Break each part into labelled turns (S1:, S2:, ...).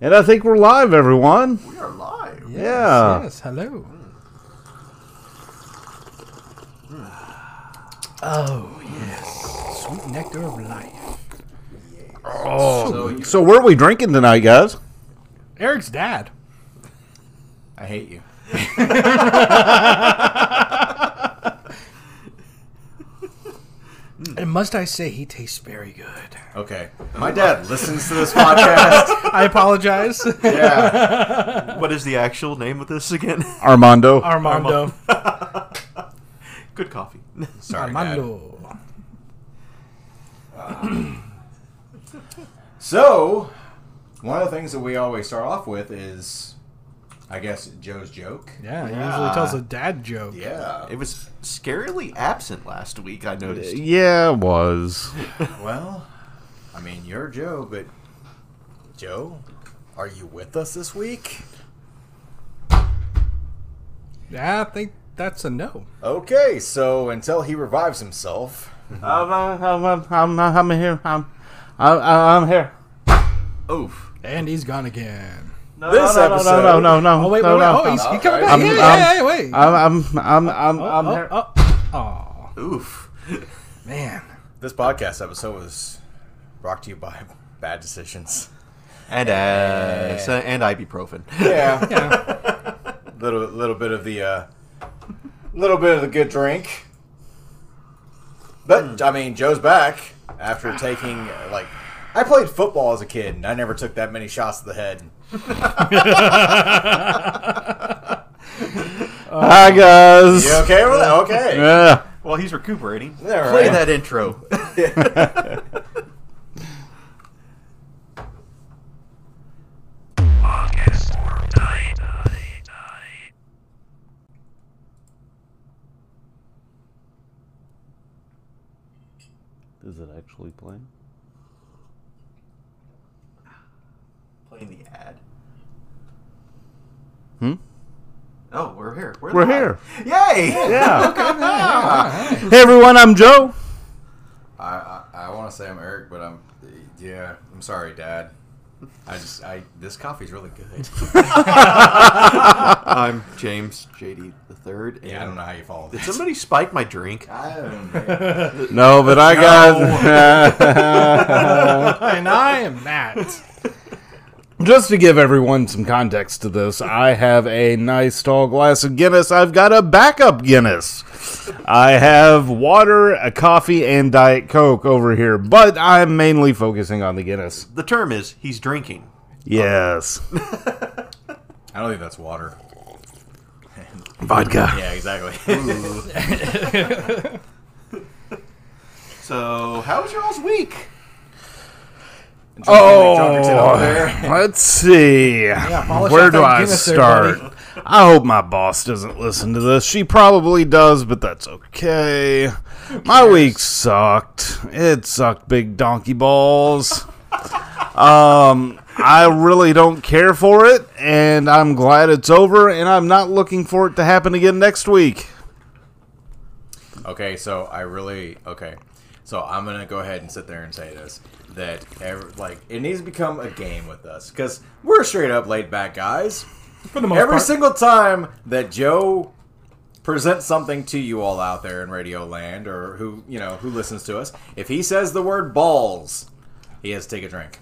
S1: And I think we're live, everyone.
S2: We are live.
S3: Yes,
S1: Yeah.
S3: Yes. Hello.
S2: Hmm.
S3: Oh yes, sweet nectar of life.
S2: So you,
S1: So, where are we drinking tonight, guys?
S3: Eric's dad.
S2: I hate you.
S3: And must I say, he tastes very good.
S2: Okay. Uh, My dad listens to this podcast.
S3: I apologize,
S2: yeah.
S4: What is the actual name of this again?
S1: Armando.
S3: Armando.
S4: Good coffee.
S2: Sorry, Dad.
S3: Armando.
S2: So, one of the things that we always start off with is, I guess, Joe's joke.
S3: Yeah, he
S2: Yeah.
S3: usually tells a dad joke.
S2: Yeah.
S4: It was scarily absent last week, I noticed.
S1: Yeah, it was.
S2: Well, I mean, you're Joe, but Joe, are you with us this week?
S3: Yeah, I think that's a no.
S2: Okay. So until he revives himself.
S1: I'm, I'm, I'm, I'm, I'm here. I'm, I'm, I'm here.
S4: Oof.
S3: And he's gone again.
S1: No,
S2: This
S1: no, no,
S2: episode-
S1: No, no, no, no.
S3: Oh wait,
S1: no,
S3: wait, wait.
S1: no.
S3: Oh, he's he
S2: no,
S3: coming
S2: no,
S3: back.
S2: I'm-
S3: yeah,
S1: I'm-
S3: yeah, yeah, wait.
S1: I'm, I'm, I'm, I'm,
S3: oh,
S1: I'm
S3: oh,
S1: here.
S3: oh, oh,
S4: Oof.
S3: man.
S2: This podcast episode was brought to you by Bad Decisions.
S4: And ass. And ibuprofen.
S2: Yeah.
S3: Yeah.
S2: little little bit of the uh little bit of the good drink but i mean joe's back after taking uh, like i played football as a kid and i never took that many shots to the head
S3: oh.
S1: Hi, guys.
S2: you okay with that okay
S1: Yeah.
S4: Well, he's recuperating.
S2: All
S4: Play
S2: right.
S4: that intro.
S1: Is it actually playing?
S4: Playing the ad.
S1: Hmm?
S4: Oh, we're here. We're,
S1: We're
S4: live.
S1: here.
S4: Yay!
S1: Yeah.
S3: All right.
S1: hey, everyone. I'm Joe.
S2: i i, I want to say i'm eric but i'm yeah i'm sorry dad i just i this coffee's really good
S4: I'm James JD the third.
S2: yeah i don't know how you follow
S4: Did
S2: this
S4: somebody spike my drink?
S2: I don't know.
S1: No, but I got.
S3: and I am Matt.
S1: Just to give everyone some context to this, I have a nice tall glass of Guinness. I've got a backup Guinness. I have water, a coffee, and Diet Coke over here, but I'm mainly focusing on the Guinness.
S4: The term is he's drinking.
S1: Yes.
S2: I don't think that's water
S1: Vodka.
S2: yeah exactly
S4: So, how was y'all's week?
S2: over there.
S1: Oh, let's see.
S3: polish
S1: Where
S3: off
S1: do
S3: that
S1: I
S3: Guinness there,
S1: start?
S3: buddy.
S1: I hope my boss doesn't listen to this. She probably does, but that's okay. My week sucked. It sucked big donkey balls. um, I really don't care for it, and I'm glad it's over, and I'm not looking for it to happen again next week.
S2: Okay, so I really okay. So I'm gonna go ahead and sit there and say this that every, like it needs to become a game with us because we're straight up laid back guys.
S3: For the most
S2: Every
S3: part.
S2: single time that Joe presents something to you all out there in Radio Land or who you know who listens to us, if he says the word balls, he has to take a drink.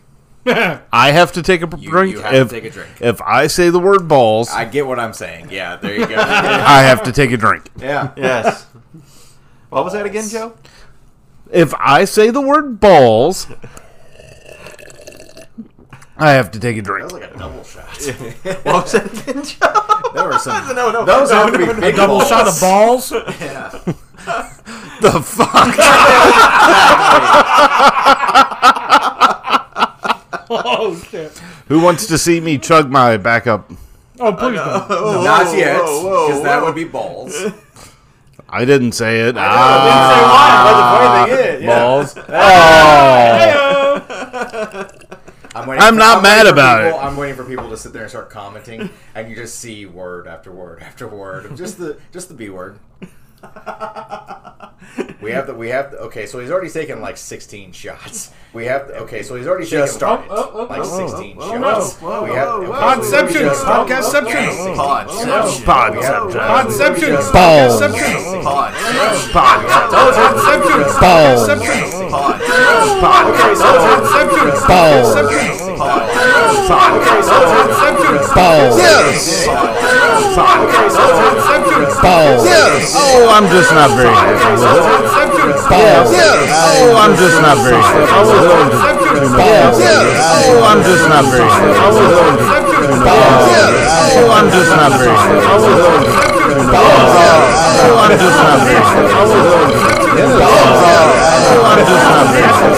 S1: I have to take a
S2: you
S1: drink.
S2: have to
S1: if,
S2: take a drink.
S1: If I say the word balls, I,
S2: I get what I'm saying. Yeah, there you go.
S1: have to take a drink.
S2: yeah.
S4: Yes. what was that again, Joe?
S1: If I say the word balls, I have to take a drink.
S2: like a double shot.
S4: What was that again, Joe?
S2: There were some.
S4: No, no,
S2: Those
S4: no,
S2: have to be
S4: no, no,
S2: big
S3: Double
S2: balls.
S3: shot of balls.
S1: The fuck?
S3: oh shit.
S1: Who wants to see me chug my backup?
S3: Oh please don't.
S2: Not yet,
S4: whoa, whoa,
S2: because that
S4: whoa.
S2: would be balls.
S1: I didn't say it. Ah,
S3: Ah.
S2: I didn't say why, but the funny thing is, yeah.
S1: balls.
S2: I'm, waiting
S1: I'm not mad
S2: waiting for
S1: about
S2: people-
S1: it.
S2: I'm waiting for people to sit there and start commenting, and you just see word after word after word, just the just the B word.
S5: We have the we have the, okay. So he's already taken like 16 shots. We have the, okay. So he's already
S2: Just
S5: taken like,
S2: started. Oh, oh, oh,
S5: like
S2: oh, oh,
S5: 16
S4: oh, no.
S5: shots.
S4: Whoa,
S5: we have,
S4: whoa,
S5: okay, so
S4: whoa.
S5: we
S6: Podception.
S5: just-
S6: Podcastception.
S5: Okay,
S4: Podception.
S1: Podception.
S6: Podception.
S1: Balls.
S6: Podcastception.
S4: Podception.
S6: Podception.
S1: Balls.
S6: Podception.
S4: Podception.
S6: Podception.
S1: Balls.
S6: Podception. Podception.
S1: Balls.
S6: Yes. Podception.
S1: Balls. Yes. Oh, I'm just not very happy with it.
S6: Podception.
S1: Balls. Oh, I'm just not very happy with it.
S6: Podception.
S1: Balls. Oh, I'm just not very happy with it. Balls. Oh, I'm just not very happy with it. Balls. Oh, I'm just not very happy with it. Balls. Oh, I'm just not very happy with it. Balls. Oh, I'm just not very happy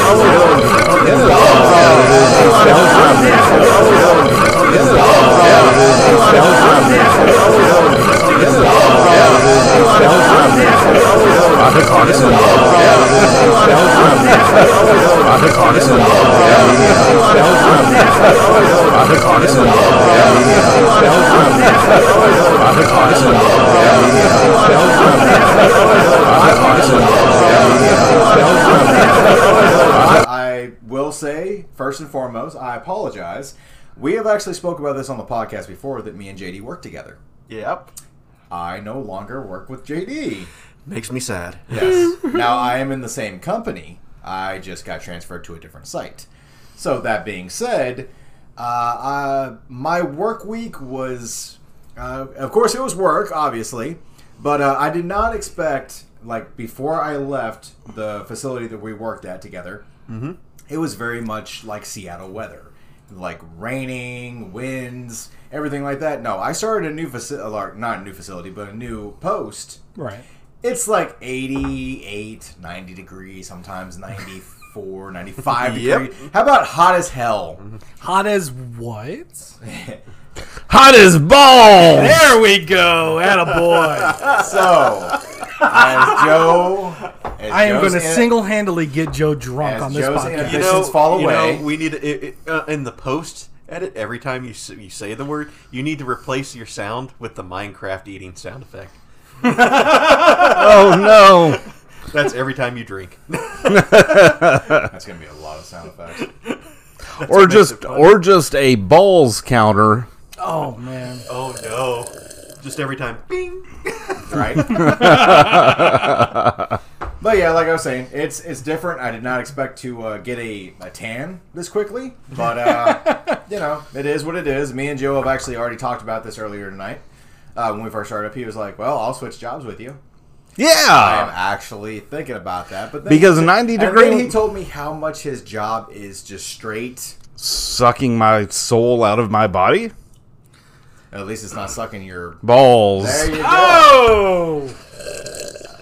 S1: with it. Balls. Oh, I'm just not very happy with it. Balls. Oh, I'm just not very happy with it. Robert Carson. Robert Carson. Robert Carson. Robert Carson.
S2: I will say, first and foremost, I apologize. We have actually spoke about this on the podcast before that me and JD work together.
S4: Yep.
S2: I no longer work with JD.
S6: Makes me sad.
S2: Yes. now I am in the same company. I just got transferred to a different site. So that being said, uh, uh, my work week was, uh, of course, it was work, obviously, but uh, I did not expect like before I left the facility that we worked at together. It was very much like Seattle weather, like raining, winds, everything like that. No, I started a new facility, not a new facility, but a new post
S3: Right.
S2: it's like 88 90 degrees sometimes 94 95
S4: Yep.
S2: degrees how about hot as hell
S3: Hot as what?
S1: Hot as balls.
S3: There we go. Attaboy.
S2: so as joe as
S3: I am
S2: Joe's
S3: going to
S2: in-
S3: single handedly get Joe drunk
S2: As
S3: on this
S2: Joe's
S3: podcast.
S2: in- Ambitions fall
S4: you
S2: away.
S4: know, we need to, it, it, uh, in the post edit. Every time you s- you say the word, you need to replace your sound with the Minecraft eating sound effect.
S1: Oh no.
S4: That's every time you drink.
S2: that's gonna be a lot of sound effects
S1: Or just or just a balls counter.
S3: Oh, man.
S4: oh no! Just every time, bing.
S2: right but yeah like i was saying it's it's different i did not expect to uh, get a, a tan this quickly but uh, you know it is what it is me and joe have actually already talked about this earlier tonight uh, when we first started up he was like well i'll switch jobs with you I am
S1: Yeah.
S2: actually thinking about that, but then
S1: Uh, Because 90
S2: and
S1: degree
S2: then he told me how much his job is just straight.
S1: sucking my soul out of my body.
S2: At least it's not sucking your.
S1: Balls.
S2: There you go.
S3: Oh!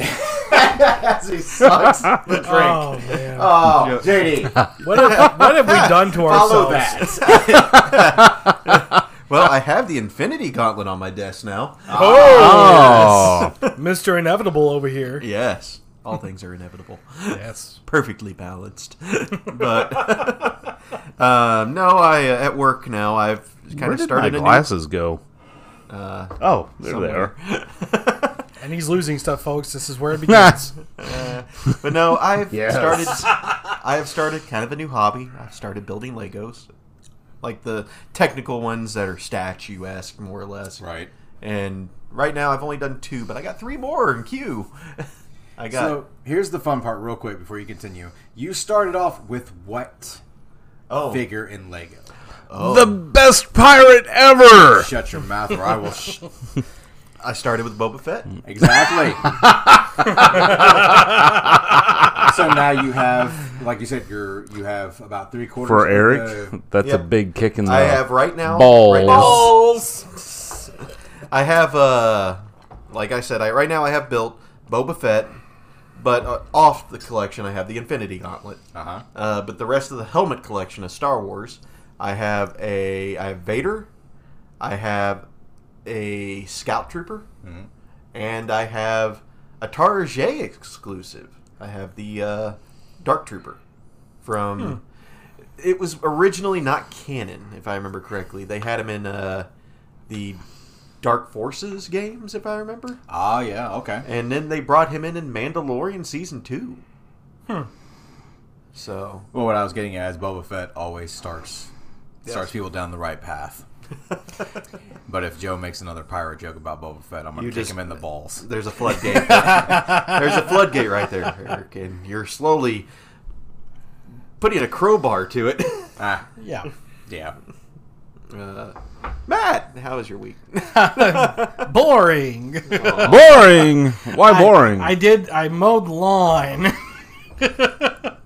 S2: As he sucks the drink. Oh,
S3: Oh, man.
S2: JD,
S3: What have, what have we done to
S2: follow
S3: ourselves?
S2: that.
S4: Well, I have the Infinity Gauntlet on my desk now.
S1: Oh.
S3: Mr. Inevitable over here.
S4: Yes, all things are inevitable.
S3: Yes.
S4: perfectly balanced. but um, no, I uh, at work now. I've kind
S1: Where
S4: of
S1: did
S4: started
S1: my
S4: a
S1: glasses go? oh, there they
S4: somewhere.
S1: are.
S3: And he's losing stuff, folks. This is where it begins.
S4: new. But no, I've
S1: Yes.
S4: started. I have started kind of a new hobby. I've started building Legos, like the technical ones that are statue esque, more or less.
S2: Right.
S4: And right now, I've only done two, but I got three more in queue. I got.
S2: So here's the fun part, real quick, before you continue. You started off with what
S4: oh,
S2: figure in Lego?
S1: The best pirate ever.
S2: Shut your mouth, or I will. Sh-
S4: I started with Boba Fett.
S1: Mm.
S2: exactly. so now you have, like you said, you're you have about three quarters
S1: For
S2: of
S1: Eric,
S2: the-
S1: that's a
S4: Yep.
S1: big kick in the
S4: I have right now.
S1: balls.
S4: Right now, I have uh like I said, I right now I have built Boba Fett, but uh, off the collection I have the Infinity Gauntlet.
S2: Uh-huh.
S4: Uh, but the rest of the helmet collection of Star Wars, I have a I have Vader, I have a Scout Trooper, and I have a Tarjay exclusive. I have the uh, Dark Trooper from. It was originally not canon, if I remember correctly. They had him in uh, the Dark Forces games, if I remember.
S2: Ah, yeah, okay.
S4: And then they brought him in in Mandalorian season two. Hmm. So
S2: Well, what I was getting at is Boba Fett always starts starts people down the right path. but if Joe makes another pirate joke about Boba Fett, I'm gonna
S4: You
S2: kick
S4: just-
S2: him in the balls.
S4: there's a floodgate. there's a floodgate right there, Eric, and you're slowly putting a crowbar to it.
S2: Ah,
S3: Yeah.
S2: yeah.
S4: Uh, Matt, how was your week?
S3: boring.
S1: Boring. Why boring?
S3: I, I did. I mowed the lawn.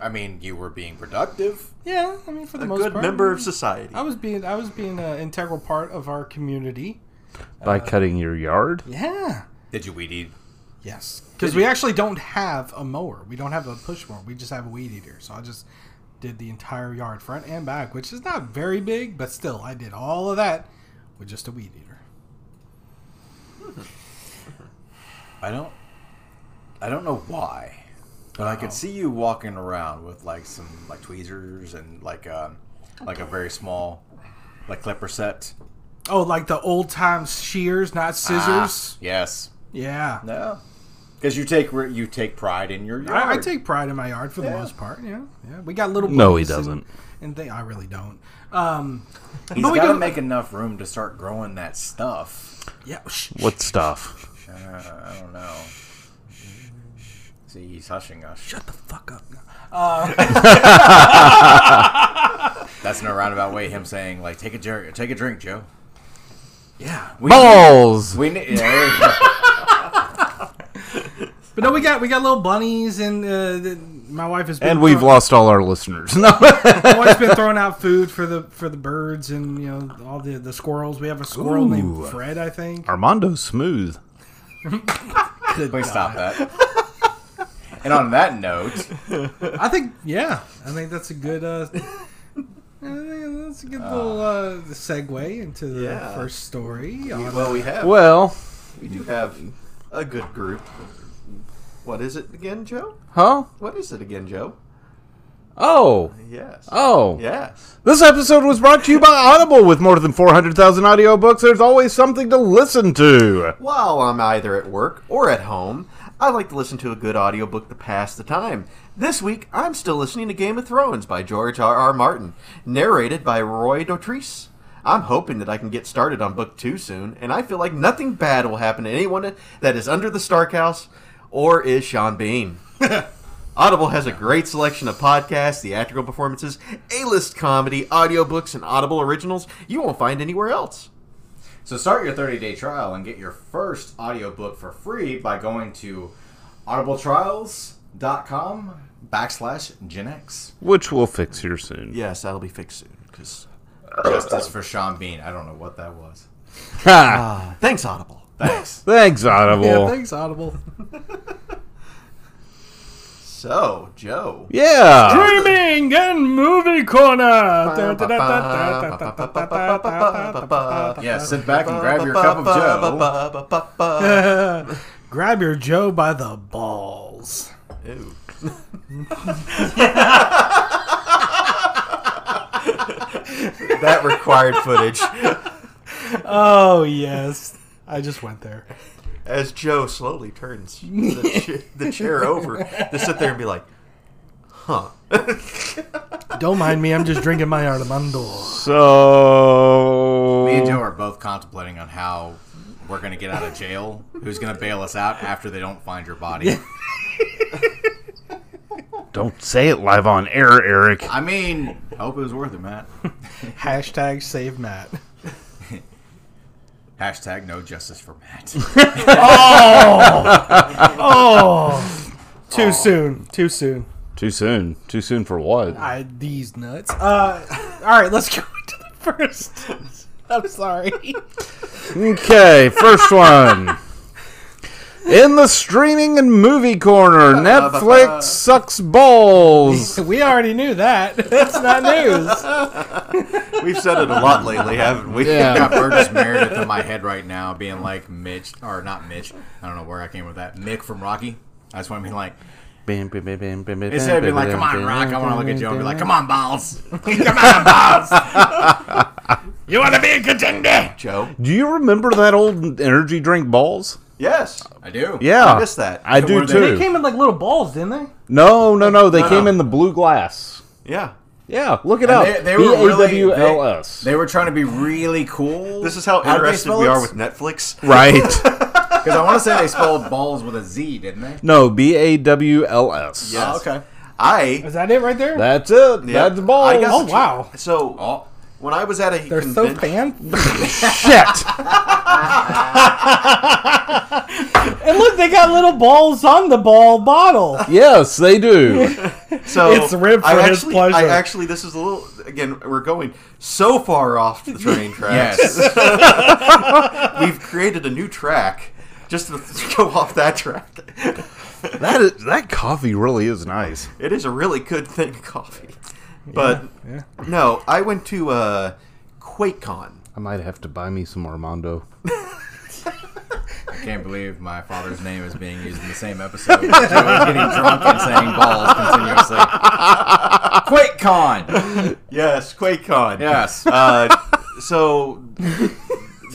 S2: I mean, you were being productive.
S3: yeah, I mean for the
S4: A
S3: most
S4: good
S3: part,
S4: member of society.
S3: I was being I was being an integral part of our community.
S1: By cutting your yard?
S3: Yeah.
S2: Did you weed eat?
S3: Yes. Because we actually don't have a mower. We don't have a push mower. We just have a weed eater. So I just did the entire yard, front and back, which is not very big, but still, I did all of that with just a weed eater.
S2: I don't. I don't know why, but I could see you walking around with like some like tweezers and like um like a very small like clipper set.
S3: Oh, like the old time shears, not scissors.
S2: Ah, yes.
S3: Yeah.
S2: No. Because you take re- you take pride in your yard.
S3: I, I take pride in my yard for the
S2: Yeah.
S3: most part. Yeah, yeah. We got little.
S1: No, he
S3: boys and-
S1: doesn't.
S3: And they, I really don't. Um,
S2: He's
S3: but we
S2: got to
S3: do-
S2: make enough room to start growing that stuff.
S3: yeah. oh, Shh,
S1: What stuff?
S2: Uh, I don't know. See, he's hushing us.
S3: shut the fuck up.
S2: That's in a roundabout way him saying like, "Take a jer- take a drink, Joe."
S3: Yeah.
S2: We
S1: Balls.
S2: We need. Yeah,
S3: But no, we got we got little bunnies, and uh, the, my wife has been
S1: And we've
S3: throw-
S1: lost all our listeners. No.
S3: My wife's been throwing out food for the for the birds and you know all the the squirrels. We have a squirrel
S1: Ooh.
S3: named Fred, I think.
S1: Armando Smooth.
S2: please stop that. and on that note,
S3: I think yeah, I think that's a good. Uh, I think that's a good little uh, segue into the
S4: Yeah.
S3: first story.
S4: well, we have
S1: Well,
S4: we do have a good group. What is it again, Joe?
S1: huh?
S4: What is it again, Joe?
S1: Oh.
S4: Yes.
S1: Oh.
S4: Yes.
S1: This episode was brought to you by Audible. With more than 400,000 audiobooks, there's always something to listen to.
S4: While I'm either at work or at home, I like to listen to a good audiobook to pass the time. This week, I'm still listening to Game of Thrones by George R. R. Martin, narrated by Roy Dotrice. I'm hoping that I can get started on book two soon, and I feel like nothing bad will happen to anyone that is under the Stark House or is Sean Bean. Audible has a great selection of podcasts, theatrical performances, A-list comedy, audiobooks, and Audible originals you won't find anywhere else.
S2: so start your 30-day trial and get your first audiobook for free by going to audibletrials.com backslash Gen X.
S1: Which we'll fix here soon.
S4: Yes, that'll be fixed soon, because
S2: Justice for Sean Bean. I don't know what that was.
S1: Ha!
S4: Thanks, Audible.
S2: Thanks.
S1: Thanks, Audible.
S3: yeah,
S1: Yeah,
S3: thanks Audible.
S4: So, Joe.
S3: Streaming and movie corner.
S2: Yeah, sit back and grab your cup of Joe.
S3: Grab your Joe by the balls.
S4: Ew. that required footage.
S3: Oh yes, I just went there.
S4: As Joe slowly turns the, cha- the chair over to sit there and be like, huh.
S3: Don't mind me. I'm just drinking my Armando.
S1: So.
S2: Me and Joe are both contemplating on how we're gonna get out of jail. Who's gonna bail us out after they don't find your body?
S1: Don't say it live on air, Eric.
S2: I mean, I hope it was worth it, Matt.
S3: Hashtag save Matt.
S2: Hashtag no justice for Matt.
S3: Oh, too soon. Too soon.
S1: Too soon. Too soon for what?
S3: I these nuts. Uh, all right, let's go to the first. I'm sorry.
S1: Okay, first one. In the streaming and movie corner, Netflix sucks balls.
S3: We already knew that. That's not news.
S4: We've said it a lot lately, haven't we?
S2: Got Burgess Meredith in my head right now, being like Mitch, or not Mitch. I don't know where I came with that. Mick from Rocky. That's what I mean. Like instead of being like, "Come on, Rock," I want to look at Joe and be like, "Come on, balls, come on, balls."
S1: You want to be a contender?
S4: Joe.
S1: Do you remember that old energy drink balls?
S4: Yes.
S2: I do.
S1: Yeah,
S4: I miss that.
S1: I do
S2: Were they-
S3: They
S1: too.
S3: came in like little balls, didn't they?
S1: no, no, no. They came in the blue glass.
S4: Yeah.
S1: Yeah, look it up.
S2: And They, they were really
S1: B A W L
S2: they,
S1: S.
S2: they were trying to be really cool.
S4: This is how
S2: did they
S4: interested
S2: spell
S4: we
S2: it?
S4: are with Netflix.
S1: right.
S2: Because I want to say they spelled balls with a Z, didn't
S4: Oh,
S2: they?
S1: No, B A W L S.
S4: Yeah.
S2: Oh, okay.
S4: I
S3: Is that it right there?
S1: That's it.
S4: Yeah.
S1: That's balls.
S4: I got
S3: oh
S4: the-
S3: wow,
S4: so
S2: Oh,
S4: when I was at a
S3: they're so
S4: convention,
S3: fan.
S1: shit.
S3: and look, they got little balls on the ball bottle.
S1: yes, they do.
S4: so
S3: It's ripped
S4: I
S3: for his
S4: actually,
S3: pleasure.
S4: I actually, this is a little again. We're going so far off the train tracks.
S2: yes.
S4: We've created a new track just to go off that track.
S1: That is that coffee really is nice.
S4: It is a really good thing, coffee. But
S3: yeah.
S4: no, I went to uh, QuakeCon.
S1: I might have to buy me some Armando.
S2: I can't believe my father's name is being used in the same episode. Joe is getting drunk and saying balls continuously. QuakeCon.
S4: Yes, QuakeCon.
S2: Yes.
S4: Uh, so,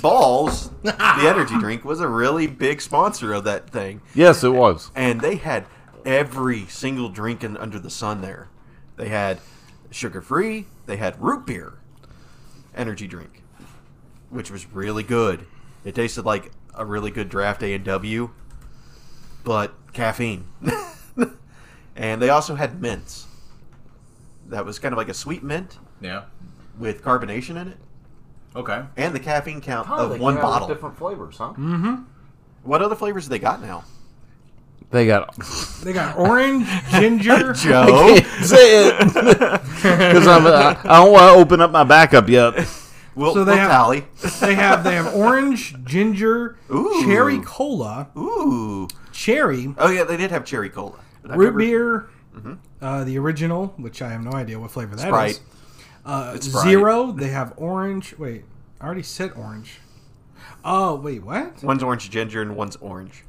S4: Balls, the energy drink, was a really big sponsor of that thing,
S1: Yes, it was.
S4: and they had every single drink in, under the sun there. They had sugar free. They had root beer, energy drink, which was really good. It tasted like a really good draft A and W, but caffeine. and they also had mints. That was kind of like a sweet mint
S2: Yeah.
S4: with carbonation in it
S2: Okay.
S4: and the caffeine count
S7: Huh, they
S4: of one
S7: came out with
S4: bottle.
S7: Different flavors, huh?
S3: Mm-hmm.
S4: What other flavors do they got now?
S1: They got
S3: They got orange, ginger. Oh.
S4: Joe,
S1: say it because I'm I, I don't want to open up my backup yet.
S4: we'll,
S3: So they
S4: we'll
S3: have-
S4: tally.
S3: They have they have orange, ginger,
S4: Ooh.
S3: cherry cola,
S4: Ooh,
S3: cherry,
S4: oh yeah, they did have cherry cola. But I've
S3: root
S4: never-
S3: beer, uh, the original, which I have no idea what flavor that is.
S4: Mm-hmm. Sprite.
S3: Uh,
S4: Sprite.
S3: Zero. They have orange. Wait, I already said orange. Oh wait, what?
S4: One's orange ginger and one's orange.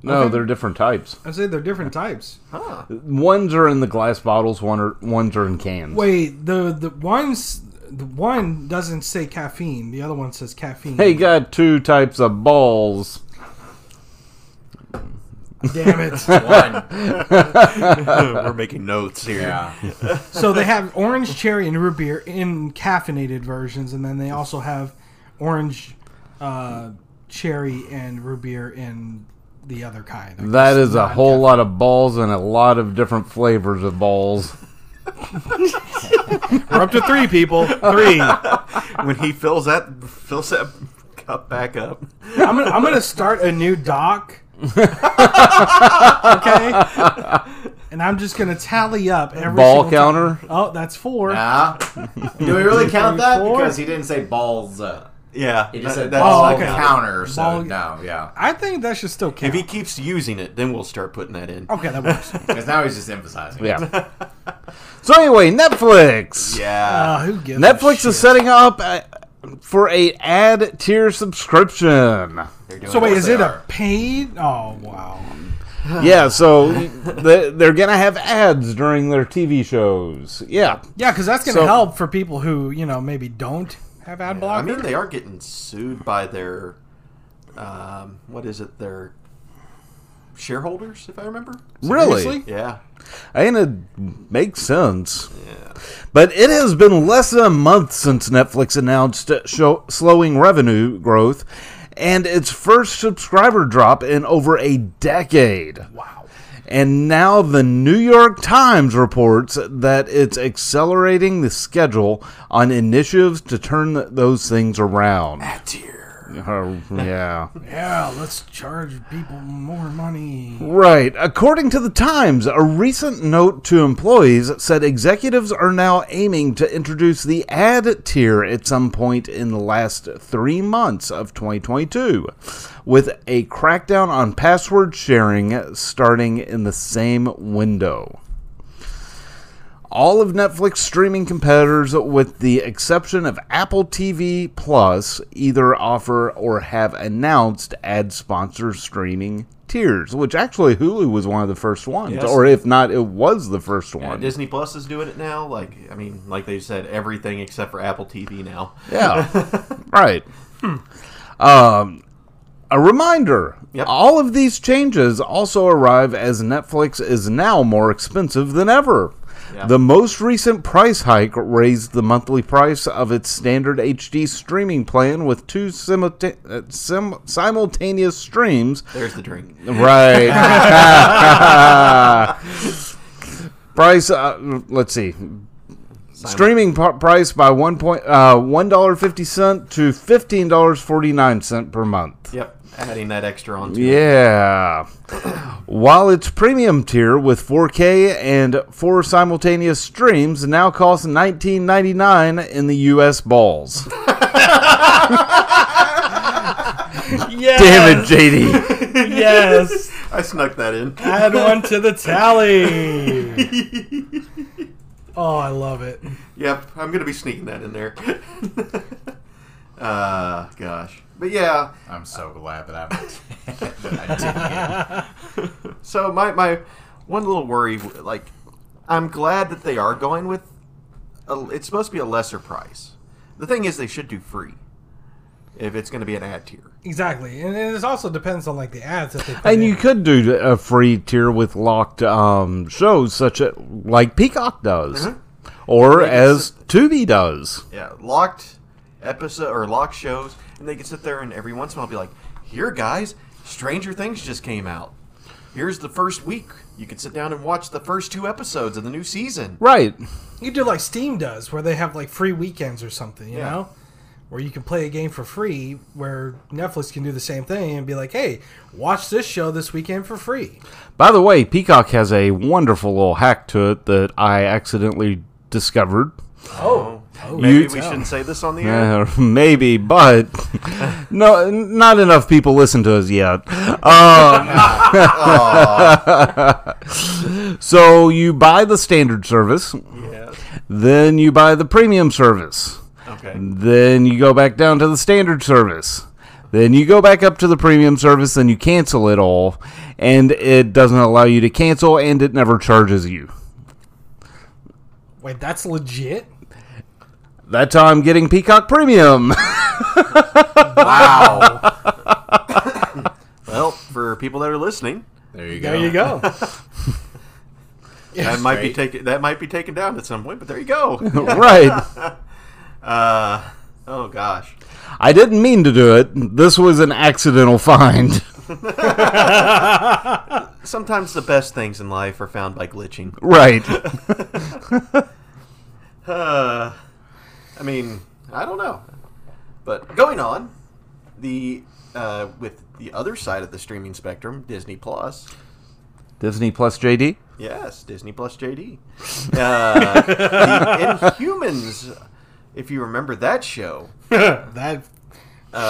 S1: No,
S3: Okay.
S1: they're different types.
S3: I said they're different types.
S4: Huh.
S1: Ones are in the glass bottles. One are ones are in cans.
S3: Wait, the the ones the one doesn't say caffeine. The other one says caffeine.
S1: They got two types of balls.
S3: damn it!
S2: One.
S4: We're making notes here.
S2: Yeah.
S3: so they have orange, cherry, and root beer in caffeinated versions, and then they also have orange, uh, cherry, and root beer in the other kind. I
S1: That
S3: guess,
S1: is a whole lot of balls and a lot of different flavors of balls.
S3: non-caffeinated. We're up to three people. Three.
S4: When he fills that fills that cup back up,
S3: I'm gonna, I'm gonna start a new doc. okay. And I'm just gonna tally up every
S1: Ball
S3: single time.
S1: counter.
S3: Oh, that's four.
S2: Nah. Do we really count that?
S3: Four.
S2: Because he didn't say balls. Uh,
S4: yeah,
S2: he just said
S4: that's
S2: ball
S3: Oh,
S4: not
S3: okay.
S4: counting.
S2: counter. So
S3: Ball-
S2: no, yeah.
S3: I think that should still count.
S4: If he keeps using it, then we'll start putting that in.
S3: okay, that works.
S2: Because now he's just emphasizing. it.
S1: Yeah. so anyway, Netflix.
S4: Yeah,
S3: Uh, who gives a
S1: Netflix
S3: shit?
S1: is setting up uh, for a ad tier subscription.
S4: they're doing
S3: So wait,
S4: it.
S3: is it a paid? Oh wow.
S1: yeah, so they- they're gonna have ads during their TV shows. Yeah,
S3: Yeah, because that's gonna
S1: So-
S3: help for people who you know maybe don't have ad
S4: I
S3: blocker.
S4: mean, they are getting sued by their, um, what is it? Their shareholders, if I remember.
S1: really,
S4: Yeah.
S1: and it makes sense. But it has been less than a month since Netflix announced show, slowing revenue growth and its first subscriber drop in over a decade. Wow. And now the New York Times reports that it's accelerating the schedule on initiatives to turn th- those things around. Uh, yeah.
S3: yeah, let's charge people more money.
S1: Right. According to the Times, a recent note to employees said executives are now aiming to introduce the ad tier at some point in the last three months of 2022, with a crackdown on password sharing starting in the same window. All of Netflix streaming competitors, with the exception of Apple TV Plus, either offer or have announced ad sponsored streaming tiers, which actually Hulu was one of the first ones,
S4: Yes.
S1: or if not, it was the first
S4: Yeah,
S1: one.
S4: Disney Plus is doing it now. Like, I mean, like they said, everything except for Apple TV now.
S1: Yeah. right.
S4: Hmm.
S1: Um, a reminder
S4: Yep.
S1: all of these changes also arrive as Netflix is now more expensive than ever.
S4: Yeah.
S1: The most recent price hike raised the monthly price of its standard HD streaming plan with two simulta- uh, sim- simultaneous streams
S4: There's the drink.
S1: Right. price. Uh, let's see. Streaming p- price by one point uh, one dollar fifty cent to fifteen dollars forty nine cent per month.
S4: Yep, adding that extra on. to it.
S1: Yeah. While its premium tier with 4K and four simultaneous streams now costs 19.99 in the US balls.
S3: Yes,
S1: Damn it, JD.
S3: Yes,
S4: I snuck that in.
S3: add one to the tally. oh, I love it.
S4: Yep, I'm gonna be sneaking that in there. uh, gosh, but yeah.
S2: I'm so glad that I'm. that I didn't get it.
S4: So my my one little worry, like, I'm glad that they are going with. A, it's supposed to be a lesser price. The thing is, they should do free. If it's going to be an ad tier,
S3: Exactly, and it also depends on like the ads that they. Put
S1: And
S3: in.
S1: you could do a free tier with locked um, shows, such a, like Peacock does, or as Tubi does.
S4: yeah, locked episode or locked shows, and they can sit there and every once in a while be like, "Here, guys, Stranger Things just came out. Here's the first week. You can sit down and watch the first two episodes of the new season."
S1: Right.
S3: You do like Steam does, where they have like free weekends or something, you
S4: Yeah.
S3: know? Where you can play a game for free, where Netflix can do the same thing and be like, hey, watch this show this weekend for free.
S1: By the way, Peacock has a wonderful little hack to it that I accidentally discovered.
S4: Oh,
S1: You-
S4: maybe we shouldn't say this on the air.
S1: Uh, maybe, but no, n- not enough people listen to us yet. Um, so you buy the standard service,
S4: Yeah.
S1: then you buy the premium service.
S4: Okay.
S1: Then you go back down to the standard service. Then you go back up to the premium service, then you cancel it all, and it doesn't allow you to cancel, and it never charges you.
S3: Wait, that's legit?
S1: That's how I'm getting Peacock Premium.
S4: Wow. well, for people that are listening,
S2: There you go.
S3: There you go.
S4: that might be taken that might be taken down at some point. But there you go.
S1: right.
S4: Uh, oh gosh.
S1: I didn't mean to do it. This was an accidental find.
S4: Sometimes the best things in life are found by glitching.
S1: right.
S4: Uh, I mean, I don't know. But going on, the uh, with the other side of the streaming spectrum, Disney Plus.
S1: Disney Plus JD?
S4: Yes, Disney Plus JD. Uh, the Inhumans, if you remember that show,
S3: that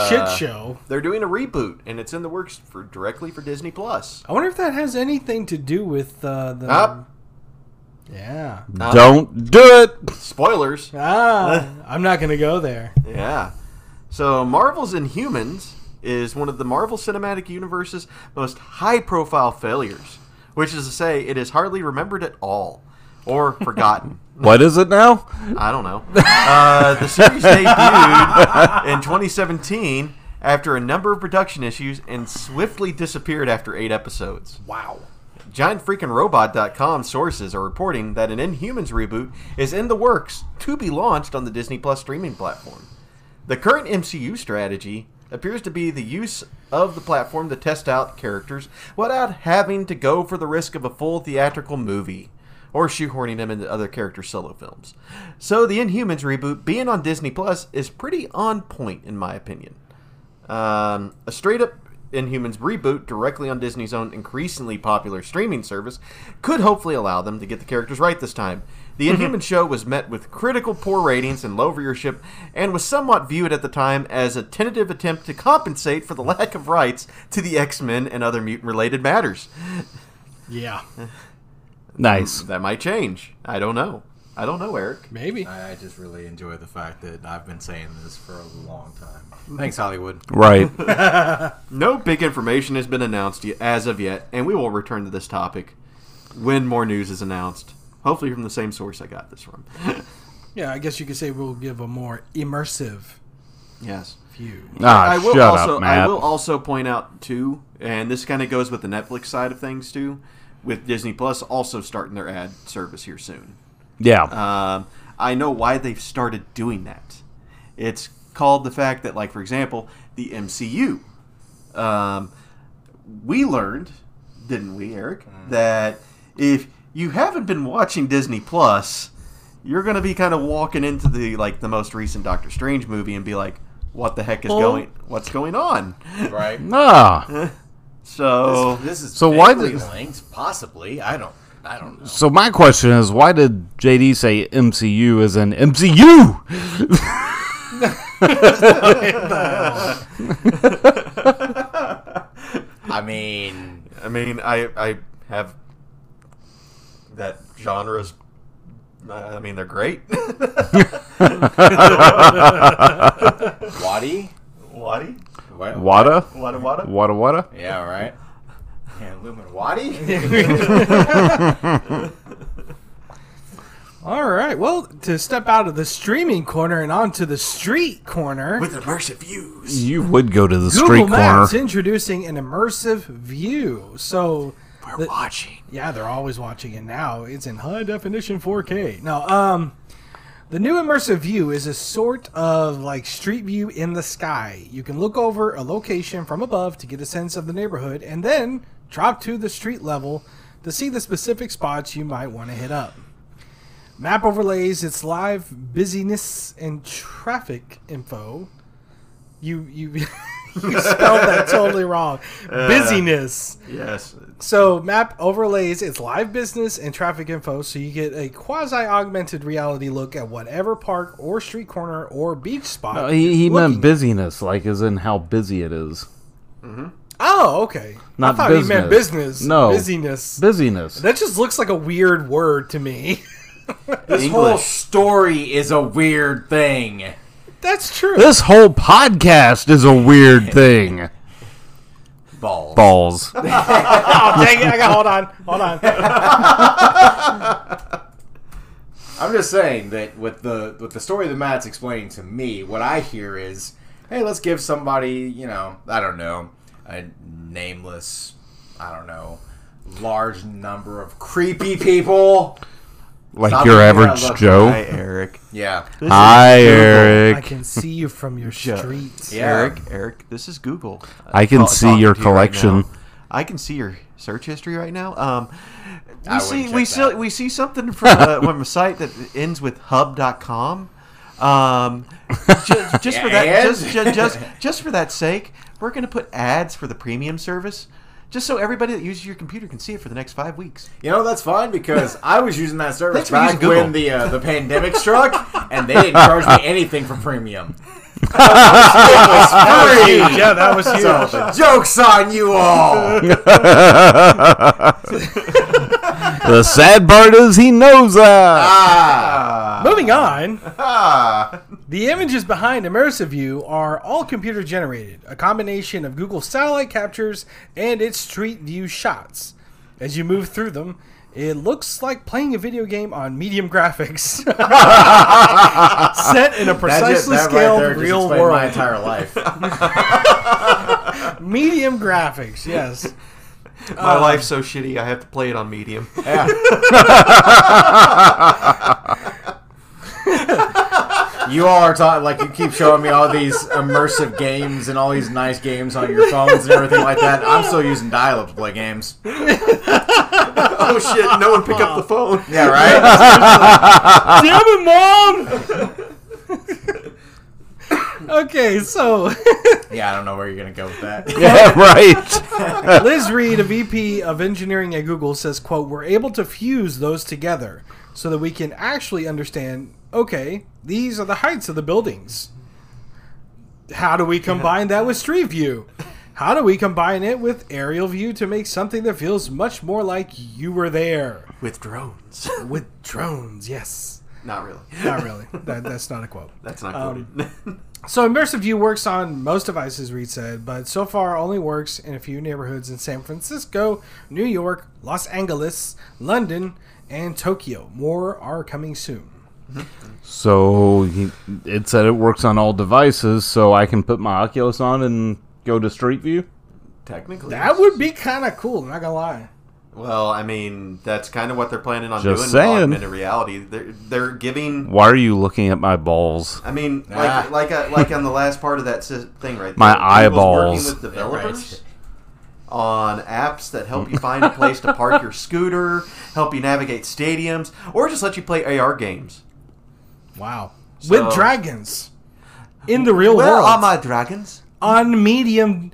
S3: shit show.
S4: they're doing a reboot, and it's in the works for directly for Disney Plus. Um,
S3: I wonder if that has anything to do with uh, the.
S4: Up.
S3: Yeah.
S4: Uh,
S1: Don't do it.
S4: Spoilers.
S3: Ah, I'm not going to go there.
S4: Yeah. So Marvel's Inhumans is one of the Marvel Cinematic Universe's most high-profile failures, which is to say, it is hardly remembered at all or forgotten.
S1: What is it now?
S4: I don't know. Uh, the series debuted in 2017 after a number of production issues and swiftly disappeared after eight episodes.
S3: Wow.
S4: GiantFreakingRobot.com sources are reporting that an Inhumans reboot is in the works to be launched on the Disney Plus streaming platform. The current MCU strategy appears to be the use of the platform to test out characters without having to go for the risk of a full theatrical movie or shoehorning them into other character solo films. So the Inhumans reboot being on Disney Plus is pretty on point in my opinion. Um, a straight up Inhumans reboot directly on Disney's own increasingly popular streaming service could hopefully allow them to get the characters right this time. The Inhuman show was met with critical poor ratings and low viewership, and was somewhat viewed at the time as a tentative attempt to compensate for the lack of rights to the X Men and other mutant related matters.
S3: Yeah.
S1: Nice.
S4: That might change. I don't know. I don't know, Eric.
S3: Maybe.
S2: I I just really enjoy the fact that I've been saying this for a long time. Thanks, Hollywood.
S1: Right.
S4: No big information has been announced yet, as of yet, and we will return to this topic when more news is announced. Hopefully, from the same source I got this from.
S3: Yeah, I guess you could say we'll give a more immersive
S4: yes.
S3: view.
S1: Ah,
S4: I will
S1: shut
S4: also
S1: up, Matt.
S4: I will also point out too, and this kind of goes with the Netflix side of things too, with Disney Plus also starting their ad service here soon.
S1: yeah.
S4: Um, I know why they've started doing that. It's called the fact that, like for example, the MCU. Um, we learned, didn't we, Eric, that if you haven't been watching Disney Plus, you're going to be kind of walking into the like the most recent Doctor Strange movie and be like, "What the heck is
S3: Well-
S4: going? What's going on?"
S5: right?
S1: ah.
S4: So
S5: This is
S1: So why
S5: vaguely
S1: did-
S5: linked, possibly. I don't. I don't know.
S1: So my question is, why did JD say MCU as in MCU?
S5: I mean,
S4: I mean, I I have that genres. I I mean, they're great.
S5: Wadi.
S4: Wadi,
S5: What?
S1: Wada?
S4: Wada Wada.
S1: Wada Wada?
S5: Yeah, right. And Lumen Wadi.
S3: All right. Well, to step out of the streaming corner and onto the street corner,
S4: With immersive views.
S1: You would go to the
S3: Google
S1: street
S3: Maps
S1: corner.
S3: introducing an immersive view. So,
S4: We're watching.
S3: yeah, they're always watching it now. It's in high definition 4K. No, um, the new immersive view is a sort of like street view in the sky. You can look over a location from above to get a sense of the neighborhood and then drop to the street level to see the specific spots you might want to hit up. Map overlays its live busyness and traffic info. You you you spelled that totally wrong. busyness.
S4: Yes.
S3: So map overlays its live business and traffic info, so you get a quasi augmented reality look at whatever park or street corner or beach spot.
S1: Uh, he he
S3: you're
S1: meant
S3: looking
S1: busyness, like as in how busy it is.
S3: at. Oh, okay.
S1: Not
S3: I thought he meant
S1: business.
S3: business.
S1: No.
S3: busyness.
S1: Busyness.
S3: that just looks like a weird word to me.
S2: This whole story is a weird thing.
S3: That's true.
S1: This whole podcast is a weird thing.
S2: Balls.
S1: Balls.
S3: oh, dang it! I got hold on, hold on.
S2: I'm just saying that with the with the story that Matt's explaining to me, what I hear is, hey, let's give somebody, you know, I don't know, a nameless, I don't know, large number of creepy people.
S1: Like
S2: Stop
S1: your
S2: it, yeah,
S1: average
S2: look,
S1: Joe.
S4: Hi, Eric.
S2: Yeah.
S1: Hi,
S3: I
S1: Eric.
S3: can see you from your streets.
S2: Yeah.
S4: Eric, Eric, this is Google.
S1: I can
S4: Tal-
S1: see
S4: talking
S1: your
S4: to you right
S1: collection.
S4: now. I can see your search history right now. Um, we
S2: wouldn't
S4: see
S2: check
S4: we
S2: that.
S4: see we see something from, uh, from a site that ends with hub.com. Um, just, just for that,
S2: And?
S4: just, just, just just for that sake, we're going to put ads for the premium service, just so everybody that uses your computer can see it for the next five weeks.
S2: You know that's fine because I was using that
S4: Thanks
S2: service
S4: for
S2: back
S4: using
S2: when
S4: Google.
S2: the uh, the pandemic struck, and they didn't charge me anything for premium. it was free.
S3: yeah, that was huge.
S2: So the joke's on you all.
S1: The sad part is he knows that.
S2: Ah.
S3: Moving on. the images behind Immersive View are all computer generated, a combination of Google satellite captures and its Street View shots. As you move through them, it looks like playing a video game on medium graphics, set in a precisely
S2: that
S3: scaled
S2: there just
S3: real
S2: explained
S3: world.
S2: my entire life.
S3: medium graphics, yes.
S4: My life's
S2: Um,
S4: so shitty, I have to play it on Medium.
S2: You all are talking like you keep showing me all these immersive games and all these nice games on your phones and everything like that. I'm still using dial-up to play games.
S4: oh shit! No one pick up the phone.
S2: Yeah, right.
S3: Damn it, mom! okay, so.
S2: yeah, I don't know where you're gonna go with that.
S1: Yeah, right.
S3: Liz Reed, a VP of engineering at Google, says, "quote We're able to fuse those together so that we can actually understand. Okay, these are the heights of the buildings. How do we combine that with Street View? How do we combine it with aerial view to make something that feels much more like you were there
S4: With drones.
S3: with drones? Yes."
S4: Not really.
S3: Not really. That, that's not a quote.
S4: That's not
S3: Um,
S4: quoted.
S3: So immersive view works on most devices, Reed said, but so far only works in a few neighborhoods in San Francisco, New York, Los Angeles, London, and Tokyo. More are coming soon.
S1: So he, it said it works on all devices, so I can put my Oculus on and go to Street View.
S4: Technically,
S3: That would be kind of cool. I'm not gonna lie.
S4: Well, I mean, that's kind of what they're planning on
S1: Just
S4: doing
S1: saying.
S4: with augmented reality. They're they're giving.
S1: Why are you looking at my balls?
S4: I mean,
S2: Ah.
S4: like like I, like on the last part of that sys- thing right there.
S1: My
S4: Google's
S1: eyeballs.
S4: Working with
S2: Yeah, right.
S4: developers on apps that help you find a place to park your scooter, help you navigate stadiums, or just let you play AR games.
S3: Wow.
S4: So-
S3: With dragons in the real
S4: Where
S3: world
S4: are my dragons?
S3: on medium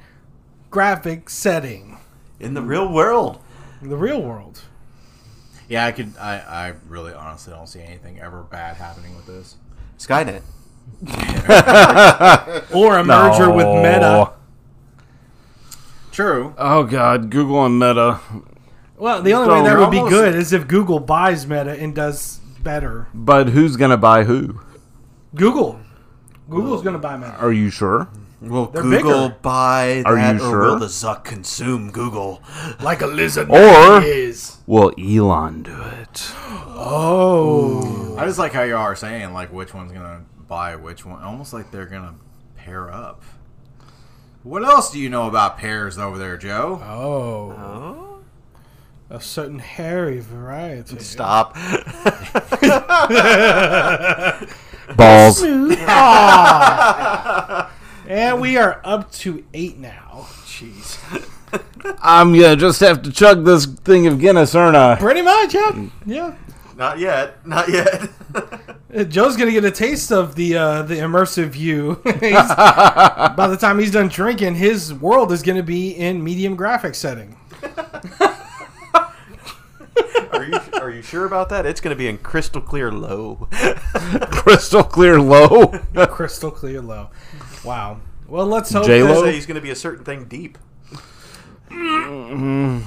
S3: graphic setting.
S4: In the real world.
S3: In the real world.
S2: Yeah, I could. I, I really honestly don't see anything ever bad happening with this.
S4: Skynet.
S3: Or a merger with Meta.
S2: True.
S1: Oh God, Google and Meta.
S3: Well, the only
S1: So
S3: way that
S1: you're
S3: would be
S1: almost-
S3: good is if Google buys Meta and does better.
S1: But who's gonna buy who?
S3: Google. Google's going to buy Meta.
S1: Are you sure?
S6: Will
S3: They're
S6: Google
S3: bigger.
S6: buy
S1: Are
S6: that,
S1: you
S6: or
S1: sure?
S6: will the Zuck consume Google?
S3: Like a lizard.
S1: Or
S3: is.
S1: will Elon do it?
S3: Oh.
S2: I just like how you are saying like which one's gonna buy which one. Almost like they're gonna pair up. What else do you know about pairs over there, Joe?
S3: Oh. A certain hairy variety.
S4: Stop.
S1: Balls.
S3: And we are up to eight now. Jeez.
S1: I'm gonna just have to chug this thing of Guinness, aren't I?
S3: Pretty much, yeah. Yeah.
S4: Not yet. Not yet.
S3: Uh, Joe's gonna get a taste of the uh, the immersive view. He's- by the time he's done drinking, his world is gonna be in medium graphic setting.
S4: are you are you sure about that? It's going to be in crystal clear low.
S1: Crystal clear low.
S3: Crystal clear low. Wow. Well, let's hope.
S1: J-Lo?
S4: say
S3: that-
S4: he's going to be a certain thing deep.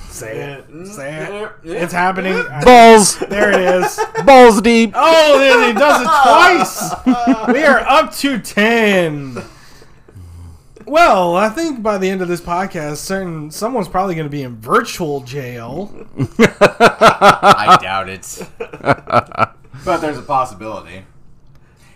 S3: Say it. Say it. It's happening. I-
S1: Balls.
S3: there it is.
S1: Balls deep.
S3: Oh, there- he does it twice. we are up to ten. Well, I think by the end of this podcast, certain someone's probably going to be in virtual jail.
S2: I doubt it. but there's a possibility.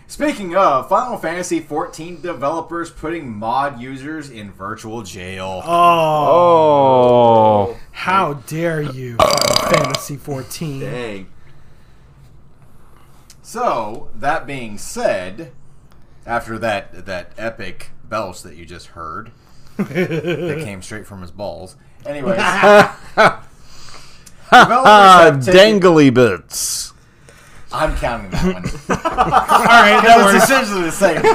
S2: Speaking of Final Fantasy 14 developers putting mod users in virtual jail.
S3: Oh,
S1: Oh.
S3: How dare you, Final Fantasy 14.
S4: Dang.
S2: So that being said, after that that epic belch that you just heard, that came straight from his balls. Anyways, developers
S1: Ah,
S2: have taken-
S1: dangly bits.
S2: I'm counting that one.
S3: All right, that
S2: That was
S3: was
S2: essentially the same. thing.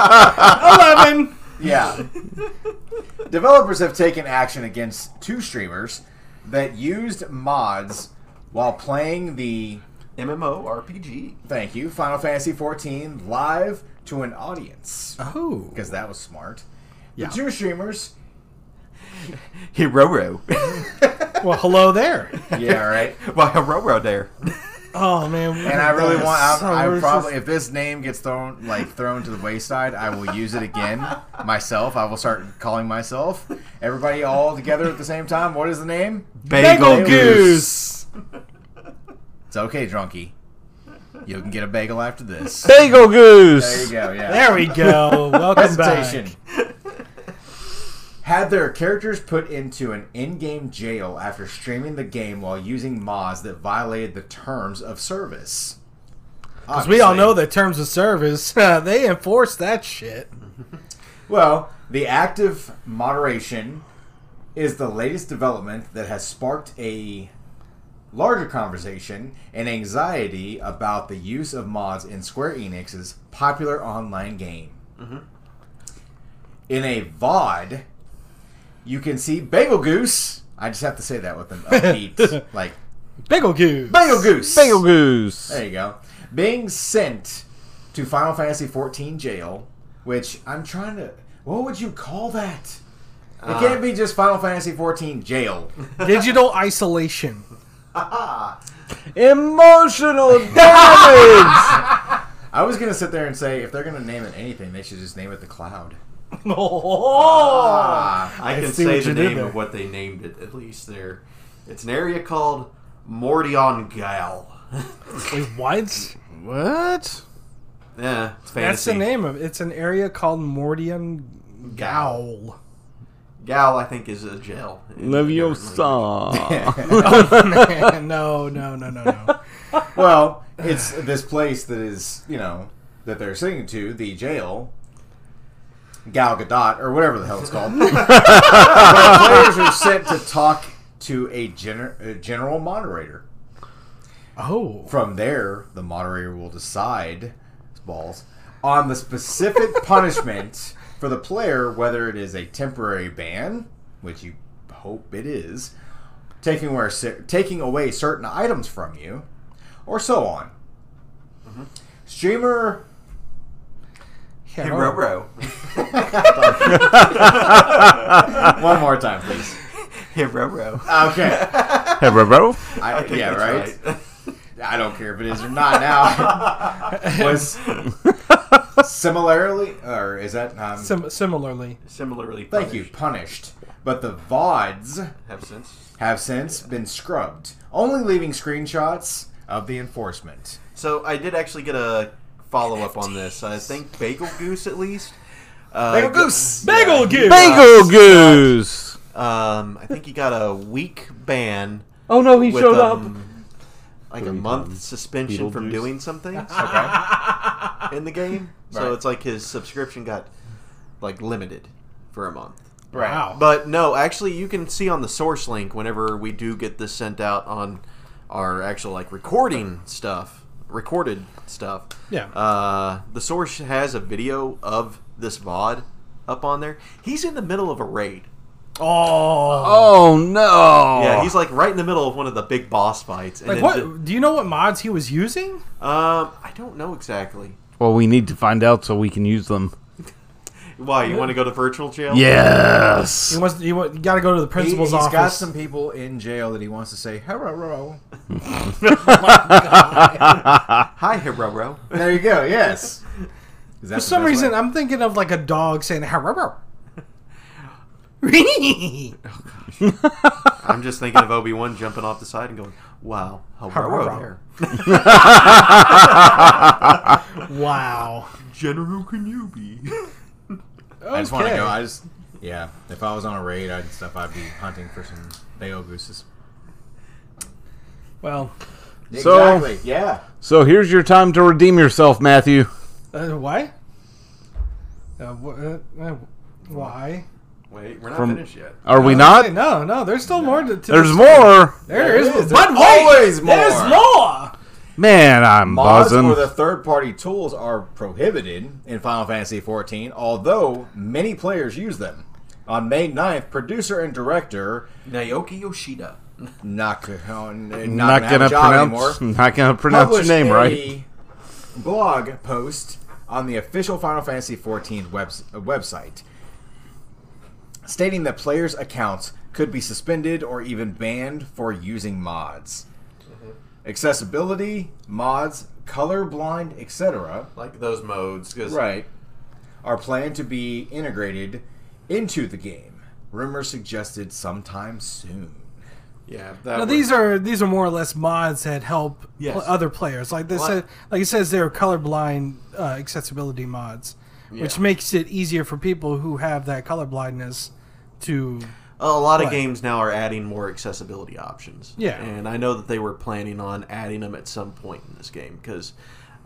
S3: 11.
S2: Yeah. Developers have taken action against two streamers that used mods while playing the
S4: MMO RPG.
S2: thank you Final Fantasy 14 live to an audience.
S3: Oh.
S2: because that was smart.
S3: Yeah.
S2: The two streamers.
S4: Heroro.
S3: Well, hello there.
S2: Yeah, right.
S4: Why Heroro there?
S3: Oh, man.
S2: And I really want.
S3: So
S2: I, I
S3: we're
S2: probably,
S3: just-
S2: if this name gets thrown like thrown to the wayside, I will use it again myself. I will start calling myself everybody all together at the same time. What is the name?
S3: Bagel
S2: Goose. It's okay, drunkie. You can get a bagel after this.
S1: Bagel goose.
S2: There you go. Yeah.
S3: There we go. Welcome back.
S2: presentation. Had their characters put into an in-game jail after streaming the game while using mods that violated the terms of service.
S3: Because we all know the terms of service, they enforce that shit.
S2: Well, the active moderation is the latest development that has sparked a larger conversation and anxiety about the use of mods in Square Enix's popular online game. In a VOD, you can see Bagel Goose. I just have to say that with an upbeat, like
S3: Bagel Goose.
S2: Bagel Goose.
S1: Bagel goose.
S2: There you go. Being sent to Final Fantasy XIV jail, which I'm trying to. What would you call that? It can't be just Final Fantasy XIV jail.
S3: Digital isolation.
S1: Emotional damage.
S2: I was gonna sit there and say if they're gonna name it anything, they should just name it the Cloud.
S3: Uh, Oh.
S2: Ah,
S4: I can
S3: see
S4: say
S3: what
S4: the
S3: you did
S4: name
S3: there.
S4: of what they named it, at least there. It's an area called Mordion Gal.
S3: Wait, what?
S1: what?
S4: yeah, it's fantasy.
S3: That's the name of It's an area called Mordium Gowl.
S4: Gal, I think, is a jail.
S1: Leviosa.
S3: no, no, no, no, no.
S2: well, it's this place that is you know that they're singing to the jail. Gal Gadot, or whatever the hell it's called. Where players are sent to talk to a, gener- a general moderator.
S3: Oh.
S2: From there, the moderator will decide balls on the specific punishment for the player, whether it is a temporary ban, which you hope it is, taking away, taking away certain items from you, or so on. Streamer,
S3: Yeah,
S4: Hey,
S3: no.
S4: row, row.
S2: one more time, please.
S4: Hey, row, row.
S2: Okay.
S1: Hey, bro, bro.
S2: I,
S4: think
S2: yeah,
S4: that's
S2: right? I don't care if it is or not now. Was similarly, or is that um,
S3: Sim- similarly,
S4: Similarly,
S2: Thank you, punished. But the VODs
S4: Have since.
S2: have since been scrubbed, only leaving screenshots of the enforcement.
S4: So I did actually get a follow up on this. I think Bagel Goose, at least. Uh,
S2: Bagel Goose!
S3: bagel give.
S1: Bagel Goose.
S4: Um, I think he got a week ban.
S1: Oh no, he
S4: with,
S1: showed up.
S4: um, Like a month suspension from
S1: Beetlejuice?
S4: doing something in the game. So
S2: Right.
S4: it's like his subscription got like limited for a month.
S3: Wow.
S4: But no, actually, you can see on the source link whenever we do get this sent out on our actual like recording stuff, recorded stuff.
S3: Yeah.
S4: Uh, the source has a video of this VOD up on there. He's in the middle of a raid.
S3: oh.
S1: Oh no.
S4: Yeah, he's like right in the middle of one of the big boss fights. And
S3: Like
S4: then
S3: what?
S4: the-
S3: Do you know what mods he was using?
S4: um, I don't know exactly.
S1: Well, we need to find out so we can use them.
S4: Why you want to go to virtual jail?
S1: Yes.
S3: He wants. You, want, you got to go to the
S2: He,
S3: principal's
S2: has
S3: office.
S2: got some uh, people in jail that he wants to say hello.
S4: Hi, Herrero.
S2: There you go. Yes. Is that
S3: For
S2: the
S3: some
S2: best
S3: reason,
S2: way?
S3: I'm thinking of like a dog saying "Harrrr." Herrero.
S4: I'm just thinking of Obi Wan jumping off the side and going, "Wow, Herrero
S3: Herrero.
S4: there."
S3: wow.
S4: General Kenobi.
S3: Okay.
S2: I just want to go. I just yeah. If I was on a raid, I'd stuff. I'd be hunting for some bagel gooses.
S3: Well,
S1: So-
S2: exactly. Yeah.
S1: So here's your time to redeem yourself, Matthew.
S3: uh, why? Uh, wh- uh, uh, why?
S4: Wait, we're not
S1: From-
S4: finished yet.
S1: Are we
S3: Hey,
S1: not?
S3: no, no. There's still more. To, to
S1: There's
S3: this-
S1: more.
S3: There is.
S2: is.
S3: But
S2: There's
S3: wait,
S2: always more.
S3: There's more.
S1: Man, I'm
S2: Mods
S1: buzzing.
S2: or the third-party tools are prohibited in Final Fantasy XIV, although many players use them. On May 9th, producer and director
S4: Naoki Yoshida.
S2: not, uh, not,
S1: not
S2: gonna have
S1: gonna
S2: a job anymore.
S1: pronounce. Not gonna pronounce your
S2: published
S1: name
S2: a
S1: right.
S2: Blog post on the official Final Fantasy XIV webs- uh, website, stating that players' accounts could be suspended or even banned for using mods, accessibility mods, colorblind, etc.
S4: Like those modes, because
S2: Right, are planned to be integrated into the game. Rumors suggested sometime soon.
S4: yeah, that
S3: Now,
S4: was-
S3: these are these are more or less mods that help pl-
S4: Yes.
S3: other players. Like this,
S4: Well, I-
S3: like it says, they're colorblind uh, accessibility mods, which
S4: Yeah.
S3: makes it easier for people who have that colorblindness to.
S4: a lot of
S3: What?
S4: games now are adding more accessibility options.
S3: Yeah.
S4: and I know that they were planning on adding them at some point in this game because.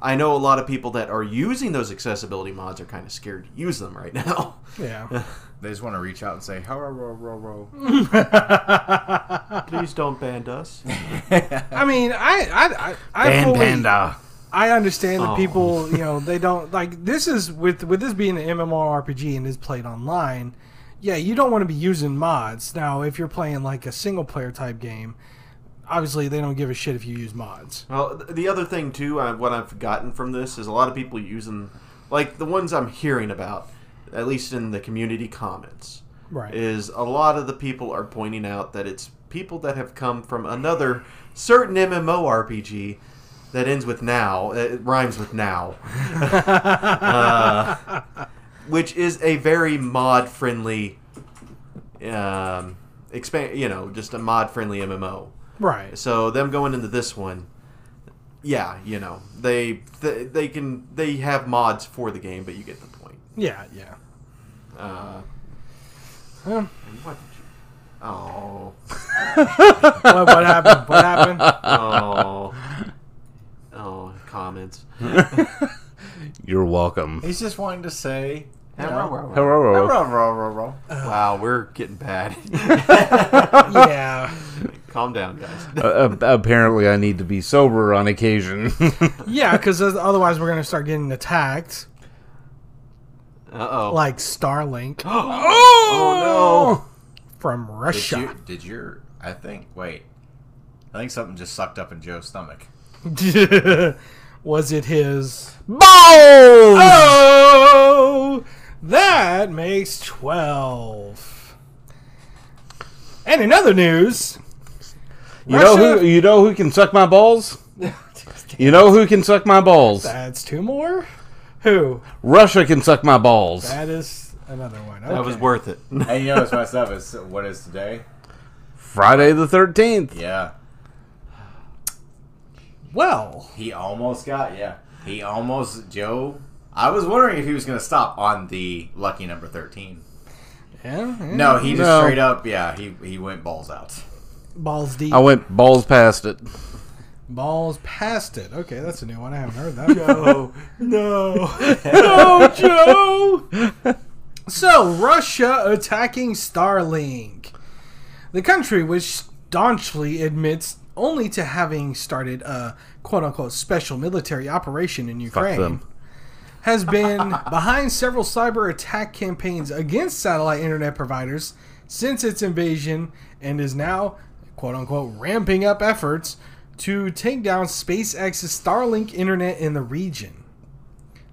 S4: I know a lot of people that are using those accessibility mods are kind of scared to use them right now.
S3: Yeah,
S2: They just want to reach out and say, "Hello, row, row, row."
S4: Please don't ban us.
S3: I mean, I I I, I
S1: And
S3: fully-
S1: Panda.
S3: I understand that
S4: Oh.
S3: people, you know, they don't like this is with with this being an MMORPG and is played online. Yeah, you don't want to be using mods. Now, if you're playing like a single player type game, obviously they don't give a shit if you use mods.
S4: Well, th- the other thing too, I, what I've gotten from this is a lot of people using, like the ones I'm hearing about, at least in the community comments,
S3: Right.
S4: is a lot of the people are pointing out that it's people that have come from another certain MMORPG that ends with now. uh, It rhymes with now. Uh, which is a very mod friendly um, expand. You know, just a mod friendly MMO.
S3: Right.
S4: So them going into this one, yeah, you know, they they, they can they have mods for the game, but you get the point.
S3: Yeah, yeah.
S4: Uh,
S3: Huh.
S4: what did you? Oh,
S3: what, what happened? What happened?
S4: oh, oh, comments.
S1: You're welcome.
S2: He's just wanting to say. You know,
S4: Wow,
S1: Hello.
S4: we're getting bad.
S3: Yeah.
S4: Calm down, guys.
S1: Uh, apparently, I need to be sober on occasion.
S3: Yeah, because otherwise we're going to start getting attacked
S4: Uh oh.
S3: like Starlink.
S4: oh
S3: From
S2: did,
S3: Russia.
S2: you, did your? I think. Wait. I think something just sucked up in Joe's stomach.
S3: was it his?
S1: Balls!
S3: Oh, that makes twelve. And in other news,
S1: You know who?
S3: Russia-
S1: You know who can suck my balls? You know who can suck my balls?
S3: that's two more. Who?
S1: Russia can suck my balls.
S3: That is another one.
S4: no! That
S3: Okay.
S4: was worth it.
S2: And you know what's messed up is what is today?
S1: Friday the thirteenth.
S2: Yeah.
S3: well.
S2: He almost got. Yeah. He almost. Joe. I was wondering if he was going to stop on the lucky number thirteen.
S3: Yeah, yeah.
S2: No, he just
S1: No.
S2: straight up. Yeah. He he went balls out.
S3: Balls deep.
S1: I went balls past it.
S3: Balls past it. Okay, that's a new one. I haven't heard that. Joe, no, no, Joe. So Russia attacking Starlink. The country, which staunchly admits only to having started a "quote unquote" special military operation in Ukraine,
S1: them.
S3: has been behind several cyber attack campaigns against satellite internet providers since its invasion, and is now "quote unquote" ramping up efforts to take down SpaceX's Starlink internet in the region.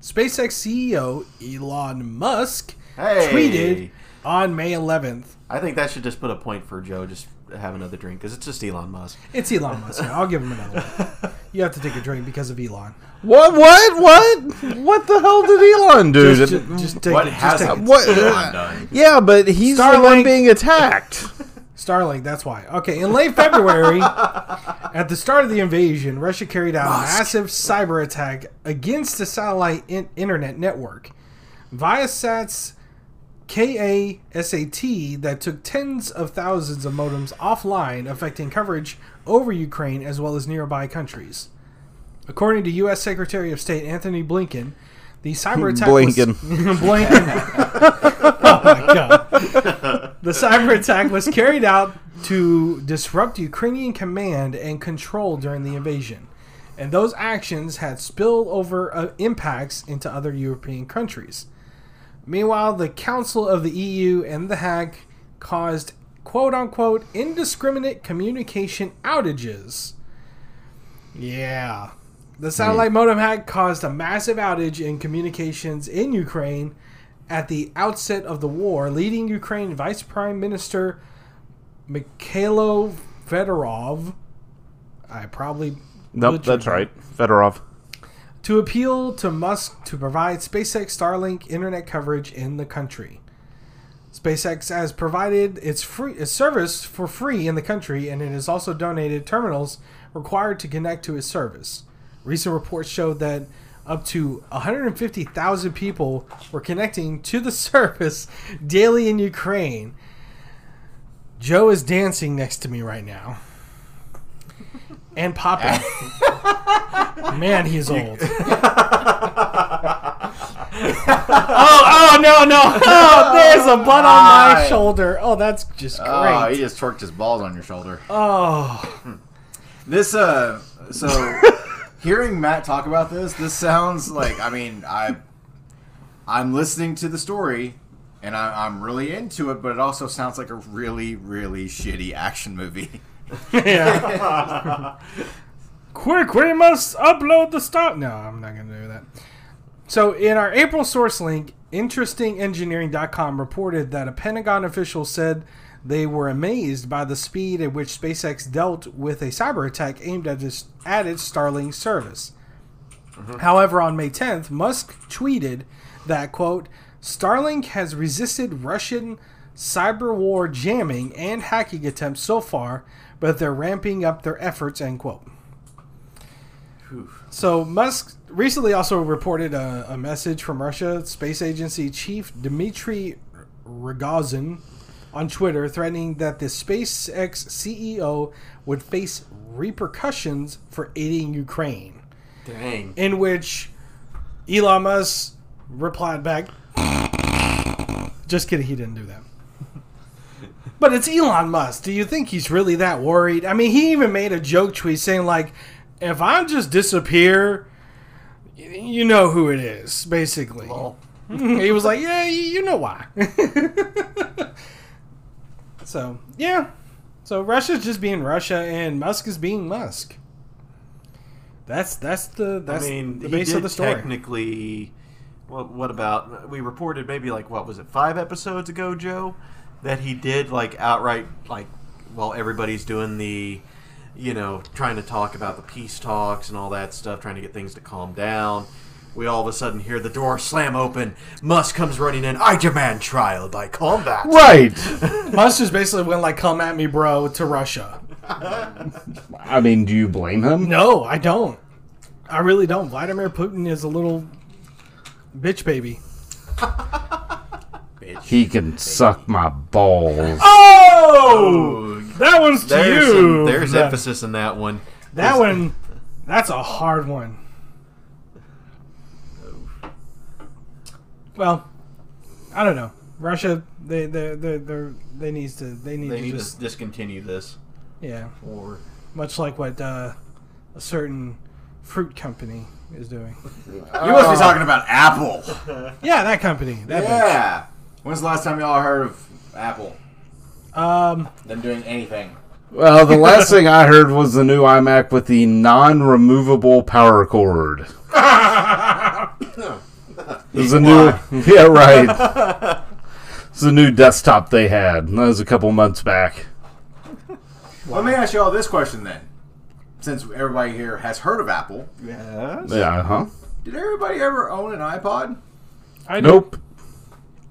S3: SpaceX CEO Elon Musk
S4: Hey.
S3: tweeted on May 11th
S4: I think that should just put a point for Joe. Just have another drink because it's just Elon Musk.
S3: It's Elon Musk. I'll give him another one. You have to take a drink because of Elon.
S1: What? What? What? What the hell did Elon do?
S3: Just,
S1: to-
S3: ju- just take
S2: What
S3: it. Just
S2: has
S3: take
S2: a
S3: it.
S1: What-
S2: Elon done?
S1: yeah, but he's the
S3: Starlink.
S1: one being attacked.
S3: Starlink, that's why. Okay, in late February, at the start of the invasion, Russia carried out a massive cyber attack against the satellite in- internet network. Viasat's KASAT that took tens of thousands of modems offline, affecting coverage over Ukraine as well as nearby countries. According to U.S. Secretary of State Anthony Blinken, the cyber attack
S1: Blinken.
S3: was Blinken. oh my god. The cyber attack was carried out to disrupt Ukrainian command and control during the invasion, and those actions had spillover uh, impacts into other European countries. Meanwhile, the Council of the EU and The Hague caused quote unquote indiscriminate communication outages. Yeah. The satellite modem hack caused a massive outage in communications in Ukraine at the outset of the war, leading Ukraine Vice Prime Minister Mikhailo Fedorov. I probably
S1: nope,
S3: butchered
S1: that's
S3: that
S1: right. Fedorov.
S3: to appeal to Musk to provide SpaceX Starlink internet coverage in the country. SpaceX has provided its free its service for free in the country, and it has also donated terminals required to connect to its service. Recent reports show that up to 150,000 people were connecting to the service daily in Ukraine. Joe is dancing next to me right now, and popping. Man, he's old. oh, oh no, no! Oh, there's a butt on my shoulder. Oh, that's just great.
S2: Oh, he just twerked his balls on your shoulder.
S3: oh,
S2: This uh, so hearing Matt talk about this, this sounds like I mean I, I'm listening to the story, and I, I'm really into it, but it also sounds like a really really shitty action movie.
S3: yeah. Quick, we must upload the stop. No, I'm not gonna do that. So, in our April source link, interestingengineering.com reported that a Pentagon official said They were amazed by the speed at which SpaceX dealt with a cyber attack aimed at its, at its Starlink service. However, on May 10th, Musk tweeted that, quote, Starlink has resisted Russian cyber war jamming and hacking attempts so far, but they're ramping up their efforts, end quote. So Musk recently also reported a, a message from Russia space agency chief Dmitry Rogozin on Twitter threatening that the SpaceX CEO would face repercussions for aiding Ukraine
S4: Dang.
S3: in which Elon Musk replied back. Just kidding, he didn't do that. But it's Elon Musk. Do you think he's really that worried? I mean, he even made a joke tweet saying like, "If I just disappear, y- you know who it is." Basically, he was like, "Yeah, y- you know why." so yeah, so Russia's just being Russia, and Musk is being Musk. That's that's the that's
S4: I mean,
S3: the
S4: he
S3: base
S4: did
S3: of the story.
S4: technically. What, what about we reported maybe like what was it five episodes ago, Joe, that he did like outright like while everybody's doing the, you know, trying to talk about the peace talks and all that stuff, trying to get things to calm down. We all of a sudden hear the door slam open. Musk comes running in. I demand trial by combat.
S1: Right.
S3: Musk just basically went like, "Come at me, bro," to Russia.
S1: I mean, do you blame him?
S3: No, I don't. I really don't. Vladimir Putin is a little bitch baby.
S1: He can suck my balls.
S3: Oh, that one's to
S4: There's,
S3: you.
S4: some- there's
S3: that,
S4: emphasis in that one.
S3: that one. That's a hard one. Well, I don't know. Russia, they they they they they needs to they need
S4: They
S3: to
S4: need
S3: just
S4: to discontinue this
S3: yeah,
S4: war.
S3: much like what uh, a certain fruit company is doing.
S2: You must be talking about Apple.
S3: Yeah, Oh. that company. That bitch.
S2: Yeah. When's the last time y'all heard of Apple?
S3: Um,
S2: Them doing anything?
S1: Well, the last thing I heard was the new iMac with the non-removable power cord. There's a new, yeah, right. It's a new desktop they had. That was a couple months back.
S2: Let me ask y'all this question then. Since everybody here has heard of Apple,
S4: Yes,
S1: Yeah, uh-huh. huh?
S2: did everybody ever own an iPod?
S3: I do-
S1: Nope.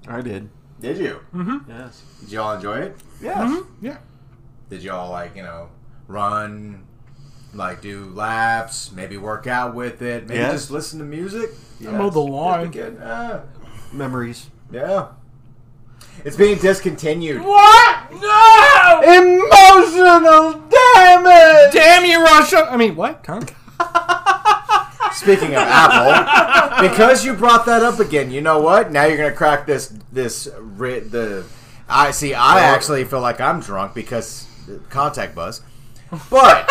S4: I did.
S2: Did you?
S4: Yes.
S2: Did y'all enjoy it?
S4: Yes.
S3: Yeah.
S2: Did y'all like you know run, like do laps, maybe work out with it, maybe
S4: Yes.
S2: just listen to music? Yeah,
S3: mowed the lawn.
S4: Memories.
S2: Ah. yeah. It's being discontinued.
S3: What? No!
S1: Emotional damage.
S3: Damn you, Russia! I mean, what? Huh?
S2: Speaking of Apple, because you brought that up again, you know what? Now you're gonna crack this this ri- the. I see. I actually feel like I'm drunk because uh, contact buzz, but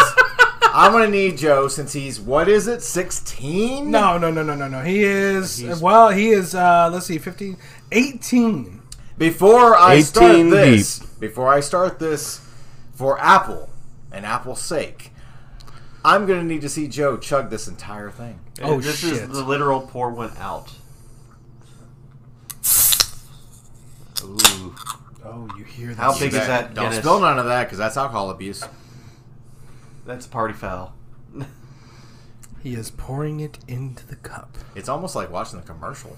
S2: I'm gonna need Joe since he's what is it 16?
S3: No, no, no, no, no, no. He is, well, he is, uh, let's see, 15, 18.
S2: Before I start
S1: 18
S2: this, before I start this, for Apple and Apple's sake, I'm gonna need to see Joe chug this entire thing.
S3: Oh,
S4: this is
S3: shit.
S4: the literal pour one out. Ooh.
S3: Oh, you hear that?
S4: How big is that?
S2: Don't
S4: Guinness?
S2: spill none of that because that's alcohol abuse.
S4: That's a party foul.
S3: He is pouring it into the cup.
S2: It's almost like watching the commercial.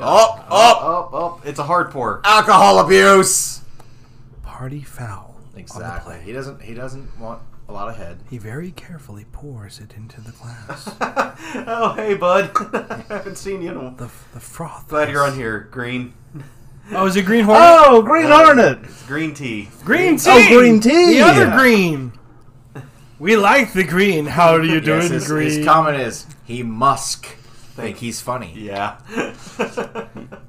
S4: Oh,
S2: Up, up,
S4: Up, up. It's a hard pour.
S2: alcohol abuse.
S3: Party foul. on the
S2: Exactly.
S3: plate.
S2: He doesn't. He doesn't want a lot of head.
S3: He very carefully pours it into the glass.
S4: Oh, hey, bud. I haven't seen you in a
S3: the, the froth.
S4: Glad you're
S3: is-
S4: on here, Green.
S3: Oh, is it Green Hornet?
S1: Oh, green hornet.
S4: It's green tea.
S3: green tea!
S1: Oh, green tea.
S3: The other green. We like the green. How do you do
S2: Yes,
S3: it,
S2: his,
S3: green?
S2: his comment is he musk think he's funny.
S4: Yeah.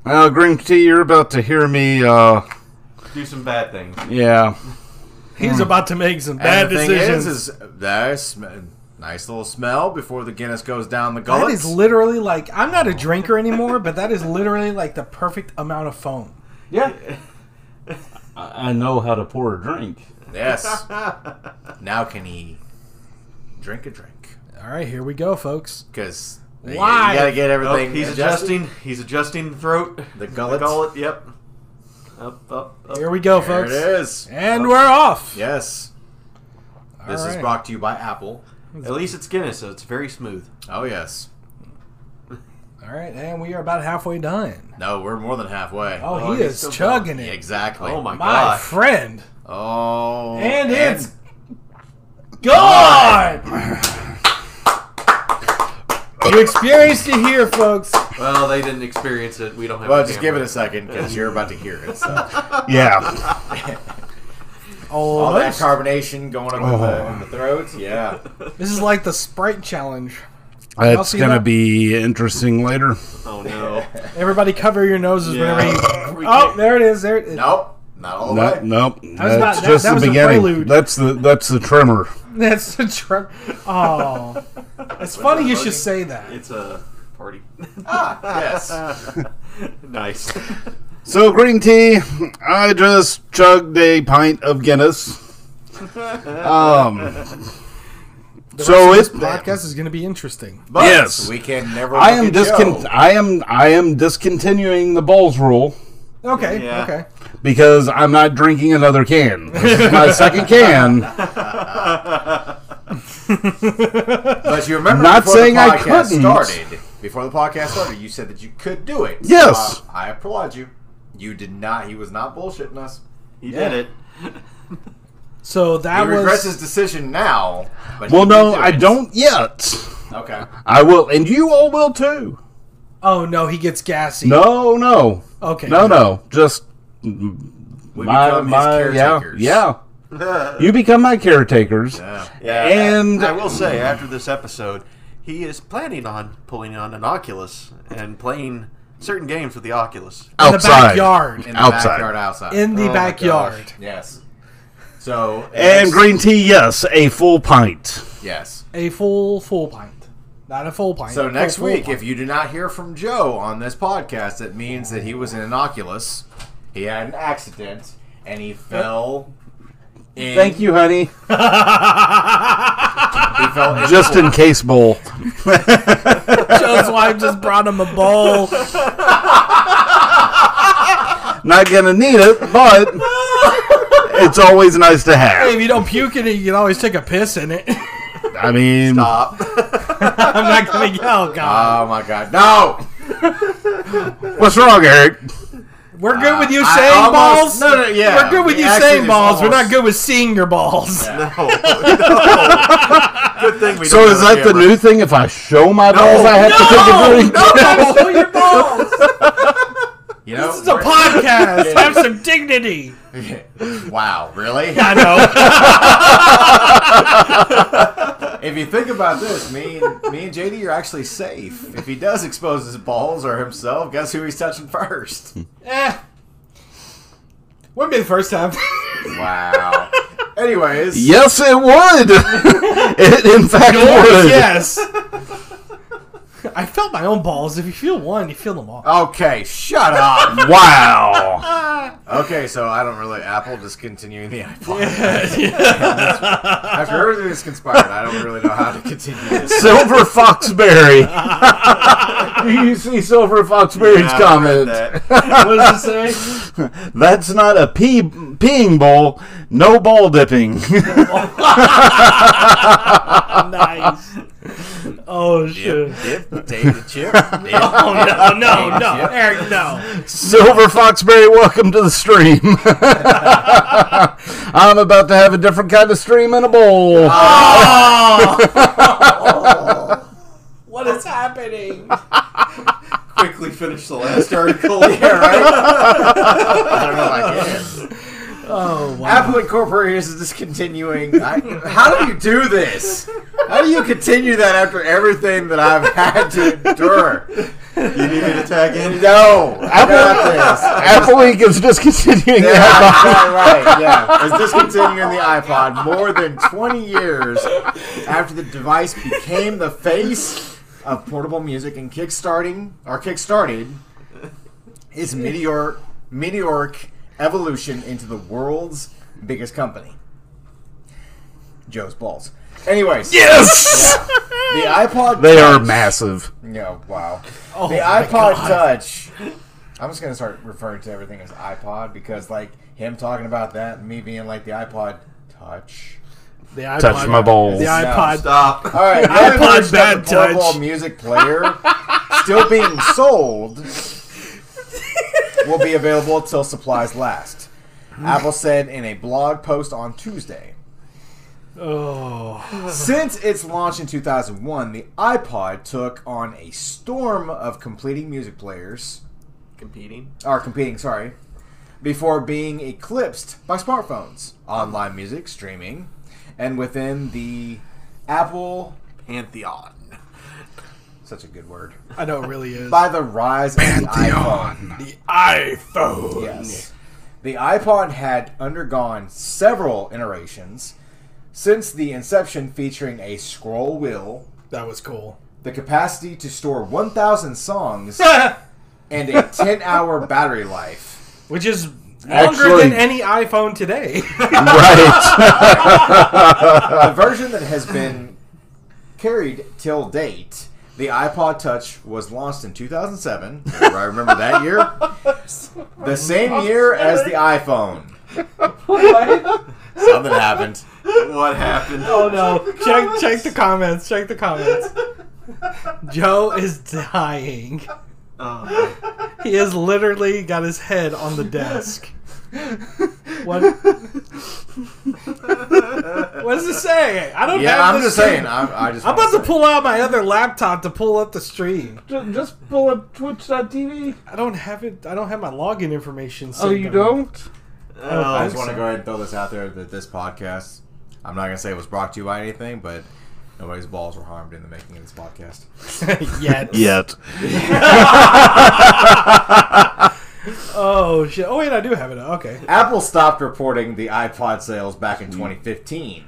S1: Well, green tea. You're about to hear me. Uh,
S4: Do some bad things.
S1: yeah.
S3: He's about to make some bad
S2: And the thing
S3: decisions.
S2: is, is there sm- nice little smell before the Guinness goes down the
S3: That
S2: gullet.
S3: is literally like I'm not a drinker anymore, but that is literally like the perfect amount of foam.
S1: Yeah. I I know how to pour a drink.
S2: yes. now can he drink a drink?
S3: All right, here we go, folks.
S2: Because you
S3: Why?
S2: gotta get
S4: Oh,
S2: everything.
S4: he's
S2: adjusted.
S4: adjusting. He's adjusting the throat.
S2: the gullet.
S4: The gullet. Yep. Up, up, up.
S3: Here we go,
S2: There
S3: folks.
S2: it is.
S3: And we're off.
S2: Yes. This is
S3: right.
S2: brought to you by Apple.
S4: At least it's Guinness, so it's very smooth.
S2: Oh yes.
S3: All right, and we are about halfway done.
S2: No, we're more than halfway.
S3: Oh,
S4: Oh,
S3: he
S4: he's
S3: is
S4: so
S3: chugging it.
S2: Exactly.
S4: Oh my,
S3: My
S4: gosh.
S3: friend.
S2: Oh.
S3: And it's gone. you experienced it here, folks.
S4: Well, they didn't experience it. We don't have.
S2: Well, just give it
S4: camera.
S2: a second because you're about to hear it. So.
S1: Yeah.
S2: All that
S3: Almost.
S2: carbonation going up in, the,
S1: Oh.
S2: in the throat. Yeah.
S3: This is like the Sprite challenge.
S1: It's
S3: see
S1: going to
S3: that.
S1: be interesting later.
S4: Oh no.
S3: Everybody cover your noses
S4: Yeah.
S3: whenever you...
S4: We
S3: Oh,
S4: can't-
S3: there it is. There it is.
S2: Nope. Not all the
S1: No,
S2: way.
S1: nope.
S3: was about-
S1: That's
S3: that-
S1: just
S3: that
S1: the
S3: was a
S1: beginning.
S3: prelude.
S1: That's the that's the tremor.
S3: That's the trip. Oh. It's funny you should say that.
S4: It's a party.
S2: Ah, yes.
S4: nice.
S1: So green tea, I just chugged a pint of Guinness. Um, so it's
S3: this podcast is going to be interesting.
S2: But
S1: Yes.
S2: we can never.
S1: I am
S2: discontent.
S1: discon- I am I am discontinuing the bowls rule
S3: Okay,
S4: Yeah.
S3: okay.
S1: because I'm not drinking another can. This is my second can.
S2: But you remember,
S1: Not
S2: before
S1: saying
S2: the
S1: I
S2: podcast
S1: couldn't.
S2: Started before the podcast started, you said that you could do it.
S1: Yes.
S2: Uh, I applaud you. You did not. He was not bullshitting us.
S4: You
S3: Yeah.
S4: did it.
S3: So
S2: He
S3: that
S2: regrets
S3: was
S2: his decision now. But he
S1: Well,
S2: did
S1: no,
S2: do
S1: I
S2: it.
S1: don't yet.
S2: Okay.
S1: I will, and you all will too.
S3: Oh no, he gets gassy.
S1: No, no,
S3: Okay.
S1: no, no. Just
S2: We
S1: my,
S2: become
S1: my
S2: his
S1: yeah,
S2: caretakers.
S1: yeah. You become my caretakers,
S2: Yeah.
S4: Yeah.
S1: and
S4: I will say, after this episode, he is planning on pulling on an Oculus and playing certain games with the Oculus.
S3: In the
S1: outside.
S3: backyard.
S2: In the
S1: Outside.
S2: backyard, outside. Oh.
S3: In the
S4: my
S3: backyard.
S2: yes. So
S1: And
S2: yes.
S1: green tea, yes, a full pint.
S2: Yes.
S3: A full full pint. Not a full pint.
S2: So
S3: a
S2: next
S3: full
S2: week,
S3: pint.
S2: if you do not hear from Joe on this podcast, it means that he was in an Oculus, he had an accident, and he fell. In,
S1: Thank you, honey.
S2: He fell in-
S1: Just in case bowl.
S3: Joe's wife just brought him a bowl.
S1: Not gonna need it, but it's always nice to
S3: If
S1: have.
S3: you don't puke in it, you can always take a piss in it.
S1: I mean,
S4: Stop.
S3: I'm not gonna yell, God.
S2: oh my God! No.
S1: what's wrong, Eric?
S3: We're good with you
S2: I
S3: saying
S2: almost-
S3: balls.
S2: no, no, yeah.
S3: We're good with
S2: The
S3: you
S2: accent
S3: saying
S2: is
S3: balls. We're not
S2: almost-
S3: good with seeing your balls.
S4: No. no. Good thing we
S1: So
S4: don't
S1: is
S4: have
S1: that
S4: a
S1: the
S4: camera.
S1: new thing? If I show my balls, I have to take a drink.
S3: Show your balls.
S2: You know,
S3: This is a podcast. Have some dignity.
S2: podcast. wow, really?
S3: I know.
S2: If you think about this, me and me and JD are actually safe. If he does expose his balls or himself, guess who he's touching first?
S3: eh. Wouldn't be the first time.
S2: Wow. Anyways,
S1: Yes, it would. it in fact would.
S3: yes. I felt my own balls. If you feel one, you feel them all.
S2: Okay, shut up.
S1: Wow.
S2: Okay, so I don't really Apple discontinuing the iPod. After everything that's conspired, I don't really know how to continue this.
S1: Silver Foxberry. Do you see Silver Foxberry's
S4: Yeah, I
S1: comment?
S4: read that.
S3: What does it say?
S1: That's not a pee peeing bowl. No ball dipping.
S3: nice. Oh shit.
S2: Dip, take the chip. Dip.
S3: Oh no, no, no, Eric, no.
S1: Silver Foxberry, welcome to the stream. I'm about to have a different kind of stream in a bowl.
S3: What is happening?
S4: Quickly finish the last article.
S2: Yeah, right? I don't know if I can.
S3: Oh wow.
S2: Apple Incorporated is discontinuing. I, how do you do this? How do you continue that after everything that I've had to endure?
S4: you need me to tag in?
S2: No, I got this.
S1: Apple Inc. is discontinuing
S2: Yeah,
S1: that.
S2: right, right, yeah. It's discontinuing the iPod more than 20 years after the device became the face of portable music and kickstarting or kickstarted its meteor meteoric evolution into the world's biggest company. Joe's balls. Anyways,
S1: Yes!
S2: the iPod
S1: They are
S2: Touch-
S1: massive.
S2: No, wow.
S3: Oh,
S2: The
S3: my
S2: iPod
S3: God.
S2: Touch I'm just gonna start referring to everything as iPod because like him talking about that, and me being like the iPod Touch.
S3: The iPod,
S1: Touch my balls.
S3: The iPod.
S4: Stop.
S2: All right,
S3: iPod
S2: now that
S3: Bad
S2: the portable
S3: Touch.
S2: music player still being sold will be available until supplies last. Apple said in a blog post on Tuesday.
S3: Oh,
S2: Since its launch in 2001, the iPod took on a storm of completing music players,
S4: Competing.
S2: or competing, sorry, before being eclipsed by smartphones, online music, streaming, and within the Apple,
S4: Pantheon.
S2: such a good word,
S3: I know it really is.
S2: by the rise of the iPhone.
S3: the iPhone.
S2: Yes. The iPod had undergone several iterations since the inception, featuring a scroll wheel,
S3: That was cool.
S2: the capacity to store 1,000 songs, and a 10 hour battery life.
S3: Which is longer
S1: Actually-
S3: than any iPhone today.
S1: right.
S2: The version that has been carried till date. The iPod Touch was launched in 2007. I remember that year. The same year as the iPhone. Something happened.
S4: What happened?
S3: oh no! Check check the comments. Check the comments. Joe is dying.
S4: Oh.
S3: He has literally got his head on the desk. What? what does it say? I don't.
S2: Yeah,
S3: have
S2: I'm
S3: this
S2: just saying. I'm, I just
S3: I'm
S2: wanna
S3: about to
S2: say.
S3: pull out my other laptop to pull up the stream.
S8: Ju- Just pull up Twitch.tv.
S3: I don't have it. I don't have my login information.
S8: Oh,
S3: saved
S8: you
S3: on my-
S8: don't?
S4: Oh,
S2: I
S3: I
S2: just want to
S3: so.
S2: go ahead and throw this out there that this podcast, I'm not going to say it was brought to you by anything, but nobody's balls were harmed in the making of this podcast.
S3: Yet.
S1: Yet.
S3: Oh shit. Oh wait, I do have it. Okay.
S2: Apple stopped reporting the iPod sales back
S4: Hmm.
S2: in 2015.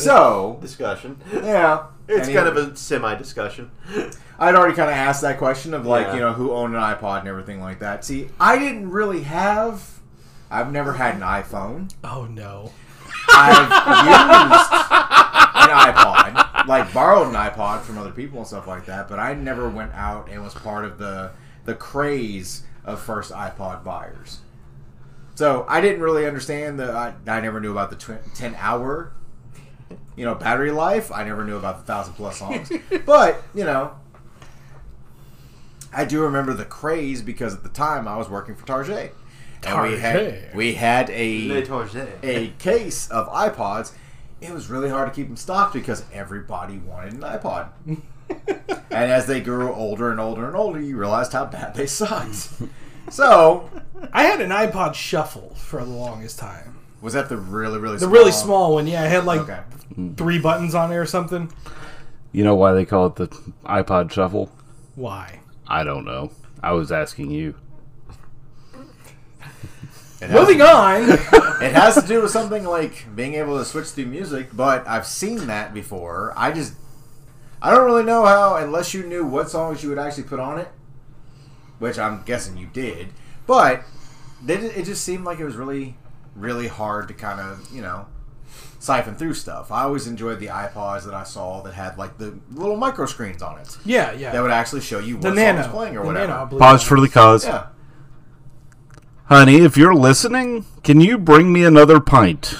S2: So,
S4: discussion.
S2: yeah.
S4: It's
S2: Any-
S4: kind of a semi discussion.
S2: I'd already kind of asked that question of like,
S4: Yeah.
S2: you know, who owned an iPod and everything like that. See, I didn't really have. I've never had an iPhone.
S3: Oh no.
S2: I've used an iPod, like borrowed an iPod from other people and stuff like that, but I never went out and was part of the the craze of first iPod buyers. So I didn't really understand the. I, I never knew about the tw- ten hour, you know, battery life. I never knew about the thousand plus songs, but you know. I do remember the craze because at the time I was working for Target. And
S3: Target.
S2: we had we had a
S4: Le Target.
S2: a case of iPods, it was really hard to keep them stocked because everybody wanted an iPod. and as they grew older and older and older, you realized how bad they sucked. so,
S3: I had an iPod Shuffle for the longest time.
S2: was that the really, really
S3: The really small one. Yeah, it had like
S2: Okay.
S3: three buttons on it or something.
S1: You know why they call it the iPod shuffle?
S3: Why?
S1: I don't know. I was asking you.
S2: It has,
S3: Moving on.
S2: it has to do with something like being able to switch through music, but I've seen that before. I just, I don't really know how, unless you knew what songs you would actually put on it, which I'm guessing you did, but they, ju- it just seemed like it was really, really hard to kind of, you know, siphon through stuff. I always enjoyed the iPods that I saw that had like the little micro screens on it
S3: yeah, yeah.
S2: that would actually show you
S3: the
S2: what song was
S3: Nano.
S2: playing or
S3: the
S2: whatever.
S3: Nano, I believe.
S1: Pause for the cause.
S2: yeah.
S1: Honey, if you're listening, can you bring me another pint?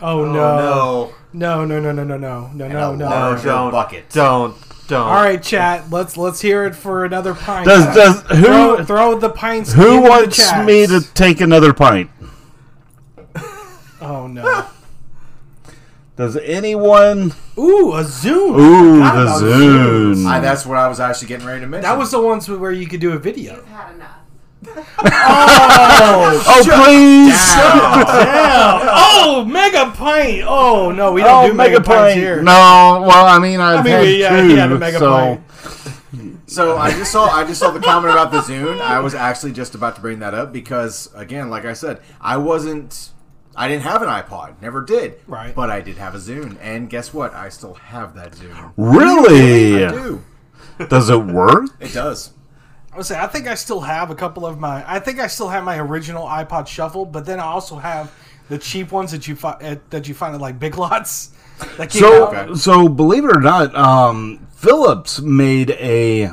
S3: Oh, no. No, no, no, no, no, no, no, no,
S2: a
S3: no.
S2: large-
S4: No, don't.
S2: Bucket.
S4: Don't. Don't.
S3: All right, chat. Let's let's hear it for another pint.
S1: Does does
S3: throw,
S1: who
S3: throw the pints?
S1: who
S3: into the
S1: wants
S3: chats.
S1: me to take another pint?
S3: Oh no!
S1: Does anyone?
S3: Ooh, a Zoom.
S1: Ooh, the
S3: about
S1: Zune.
S2: I, that's what I was actually getting ready to mention.
S3: That was the ones where you could do a video.
S9: I've had enough.
S1: Oh please!
S3: oh, mega pint. Oh no, we don't do mega, pints here.
S1: No, well, I mean, I've
S3: I mean,
S1: had
S3: we, yeah,
S1: two,
S3: he had a mega
S1: so
S3: pint.
S2: So I just saw I just saw the comment about the Zune. I was actually just about to bring that up because again, like I said, I wasn't I didn't have an iPod, never did.
S3: Right.
S2: But I did have a Zune, and guess what? I still have that Zune.
S1: really,
S2: I do.
S1: does it work?
S2: It does.
S3: I would say I think I still have a couple of my. I think I still have my original iPod Shuffle, but then I also have the cheap ones that you fi- uh, that you find at like Big Lots. That came
S1: So,
S3: out.
S1: so believe it or not, um, Phillips made a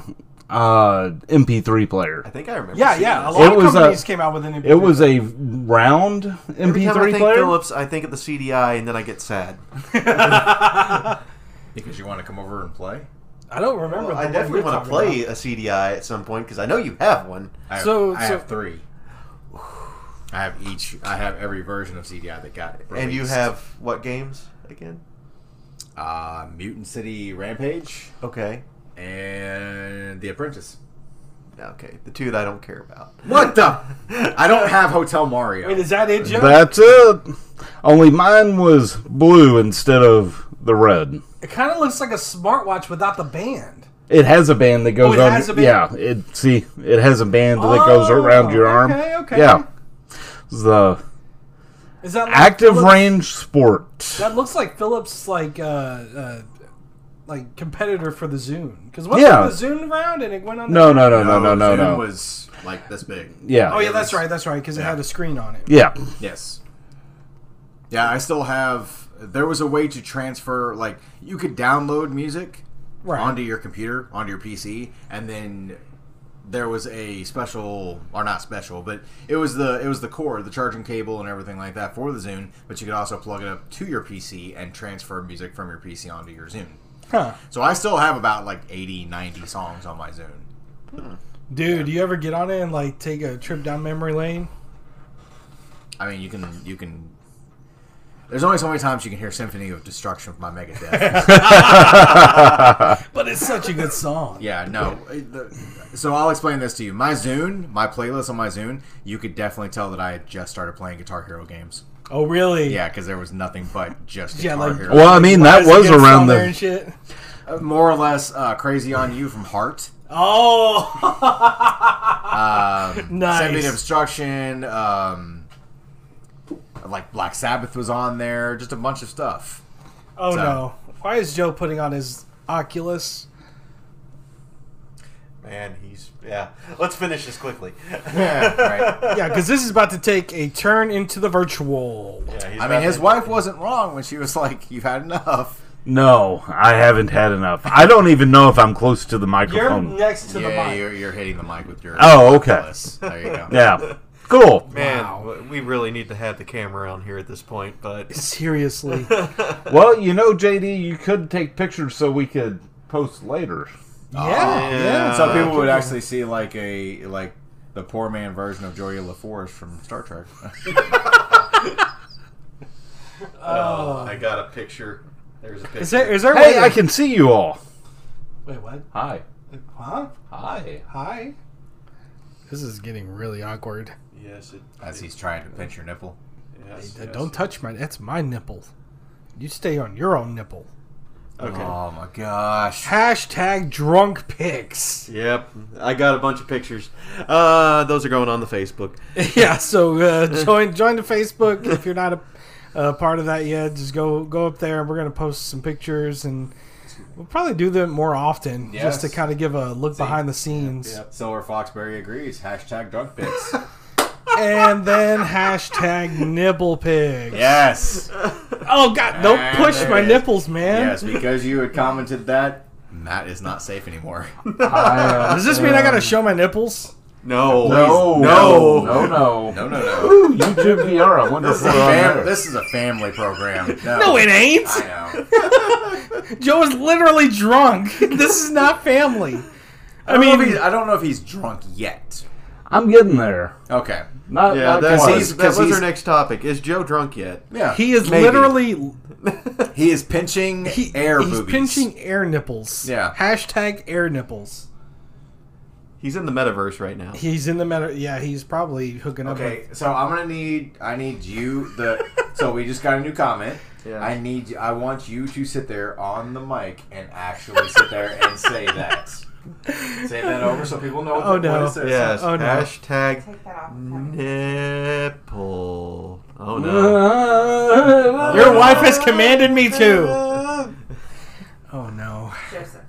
S1: uh, MP3 player.
S4: I think I remember.
S3: Yeah,
S4: seeing
S3: yeah. A
S4: this.
S3: lot
S1: It
S3: of
S1: was a-
S3: companies came out with an MP3.
S1: It was a round
S4: Every time I
S1: MP3
S4: think
S1: player.
S4: Phillips, I think of the CDI, and then I get sad.
S2: Because you want to come over and play?
S3: I don't remember.
S4: Well,
S3: the
S4: I
S3: one
S4: definitely
S3: you're
S4: want to
S3: talking
S4: play a CDI at some point because I know you have one.
S2: I have,
S3: So-
S2: I
S3: so-
S2: have three. I have each. I have every version of CDI that got released.
S4: And you have what games again?
S2: uh, Mutant City Rampage
S4: Okay.
S2: and The Apprentice.
S4: Okay. The two that I don't care about.
S2: What the? I don't have Hotel Mario.
S3: Wait, is that it, Joe?
S1: That's it. Only mine was blue instead of the red.
S3: it kind of looks like a smartwatch without the band.
S1: It has a band that goes
S3: Oh, it
S1: on.
S3: has a band?
S1: Yeah, it see it has a band that goes
S3: Oh,
S1: around your arm.
S3: okay, okay.
S1: Yeah, It's the
S3: Is that like
S1: active
S3: Philips-
S1: range sport.
S3: That looks like Philips, like uh, uh, like competitor for the Zune. Because what's
S1: Yeah.
S3: the Zune round and it went on.
S1: No,
S3: the-
S1: no, no, no, no, no,
S2: Zoom
S1: no.
S2: Was like this big.
S1: yeah.
S3: Oh yeah, that's right, that's right. Because it had a screen on it.
S1: Yeah.
S2: Yes. Yeah, I still have. There was a way to transfer. Like you could download music
S3: Right.
S2: onto your computer, onto your PC, and then there was a special, or not special, but it was the it was the cord, the charging cable, and everything like that for the Zune. But you could also plug it up to your PC and transfer music from your PC onto your Zune.
S3: Huh.
S2: So I still have about like 80, 90 songs on my Zune.
S3: Dude, do you ever get on it and like take a trip down memory lane?
S2: I mean, you can you can. There's only so many times you can hear Symphony of Destruction by Megadeth.
S3: But it's such a good song.
S2: Yeah, no. It- the- So I'll explain this to you. My Zune, my playlist on my Zune, you could definitely tell that I had just started playing Guitar Hero games.
S3: Oh really?
S2: Yeah, because there was nothing but just
S3: Yeah,
S2: Guitar
S3: like-
S2: Hero.
S1: Well, I mean that
S3: Rise
S1: was
S3: Against
S1: around
S3: on there
S1: the
S3: and shit.
S2: Uh, More or less, uh, "Crazy on You" from Heart,
S3: Oh,
S2: um,
S3: Nice.
S2: "Send Me to Obstruction," um, like Black Sabbath was on there, just a bunch of stuff.
S3: oh
S2: So-
S3: no! Why is Joe putting on his Oculus?
S4: Man, he's yeah. Let's finish this quickly.
S2: Yeah, right.
S3: Yeah, because this is about to take a turn into the virtual.
S2: I mean, his wife wasn't wrong when she was like, "You've had enough."
S1: No, I haven't had enough. I don't even know if I'm close to the
S3: You're
S1: microphone.
S3: next to
S2: yeah,
S3: the mic.
S2: you're, you're hitting the mic with your.
S1: Oh, okay.
S2: Yes, There you go.
S1: Yeah. Cool.
S4: Man, we really need to have the camera on here at this point, but
S3: Seriously.
S1: Well, you know, JD, you could take pictures so we could post later.
S2: Oh,
S3: Yeah, yeah.
S2: So people would actually see like a like the poor man version of Joya LaForge from Star Trek.
S4: Oh. uh, I got a picture. There's a picture.
S3: Is there is there a way
S1: Hey,
S3: to-
S1: I can see you all.
S3: wait what?
S1: Hi.
S3: Huh?
S1: Hi.
S3: Hi. This is getting really awkward.
S4: Yes, it,
S2: As he's trying to pinch your nipple.
S4: yes,
S3: Uh,
S4: yes.
S3: Don't touch my. That's my nipple. You stay on your own nipple.
S4: Okay.
S2: Oh my gosh.
S3: Hashtag drunk pics.
S4: Yep, I got a bunch of pictures. Uh, those are going on the Facebook.
S3: yeah. So uh, join join the Facebook if you're not a, a part of that yet. Just go go up there and we're gonna post some pictures and we'll probably do them more often just to
S2: Yes.
S3: kind of give a look behind the scenes
S2: Silver Foxberry agrees. Hashtag drunk pics.
S3: and then hashtag nipple pics.
S2: yes.
S3: Oh God! Don't
S2: And
S3: push
S2: there
S3: my
S2: it is.
S3: nipples, man.
S2: Yes, because you had commented that Matt is not safe anymore.
S3: Does this mean I gotta show my nipples?
S4: No,
S1: No. No. No.
S2: No, no, no.
S1: Ooh, YouTube VR. I wonder if we're on
S2: Fam-
S1: there.
S2: this is a family program. No,
S3: No, it ain't.
S2: I know.
S3: Joe is literally drunk. This is not family.
S2: I, mean, don't know if he's, I don't know if he's drunk yet.
S1: I'm getting there.
S2: Okay.
S1: Not,
S4: Yeah,
S1: not
S4: that's,
S1: quite.
S2: he's-
S4: that was
S2: he's-
S4: our next topic. Is Joe drunk yet?
S2: Yeah.
S3: He is
S4: Maybe.
S3: literally
S2: he is pinching
S3: he,
S2: air
S3: he's
S2: boobies.
S3: pinching air nipples.
S2: Yeah.
S3: Hashtag air nipples.
S4: He's in the metaverse right now.
S3: He's in the meta. Yeah, he's probably hooking up.
S2: Okay, so I'm gonna need I need you the so we just got a new comment.
S4: Yeah.
S2: I need I want you to sit there on the mic and actually sit there and say that. Say that over so people know.
S3: Oh, no.
S2: What it says.
S4: Yes.
S3: Oh, no.
S4: Hashtag
S10: Take that off.
S4: nipple. Oh no.
S3: with- Your wife has commanded me to. Oh no.
S10: Joseph.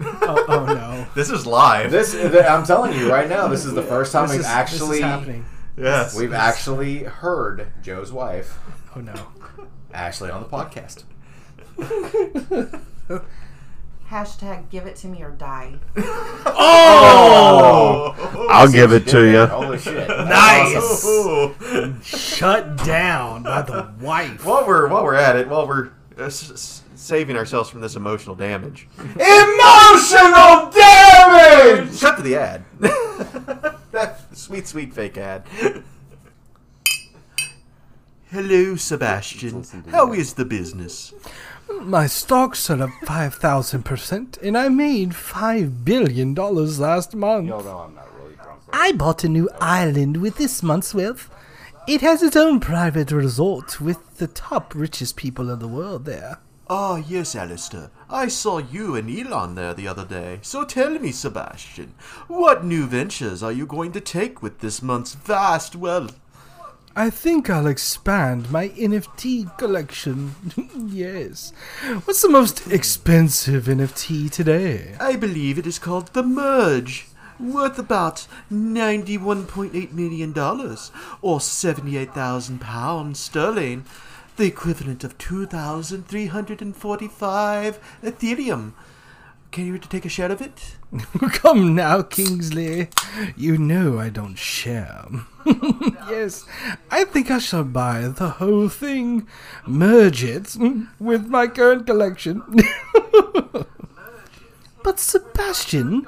S3: Oh, oh no.
S4: This is live.
S2: This th- I'm telling you right now. This is the first time
S3: This
S2: we've
S3: is, this
S2: actually
S3: is happening.
S4: yes.
S2: we've actually heard Joe's wife
S3: Oh no.
S2: Ashley on the podcast.
S11: Hashtag give it to me or die.
S4: Oh!
S2: Oh!
S1: I'll give it to you.
S2: Holy shit.
S3: Nice. Shut down by the wife.
S4: While we're while we're at it, while we're uh, s- s- saving ourselves from this emotional damage,
S2: Emotional damage!
S4: cut to the ad. that sweet, sweet fake ad. Hello, Sebastian. How is the business?
S3: My stocks are up five thousand percent, and I made five billion dollars last month.
S2: I'm not really drunk.
S3: I bought a new island with this month's wealth. It has its own private resort with the top richest people in the world there.
S4: Ah, yes, Alistair. I saw you and Elon there the other day. So tell me, Sebastian, what new ventures are you going to take with this month's vast wealth?
S3: I think I'll expand my NFT collection. yes. What's the most expensive NFT today?
S4: I believe it is called The Merge, worth about $91.8 million, or £78,000 sterling, the equivalent of 2,345 Ethereum. Can you take a share of it?
S3: Come now, Kingsley. You know I don't share. yes, I think I shall buy the whole thing, merge it with my current collection. but, Sebastian,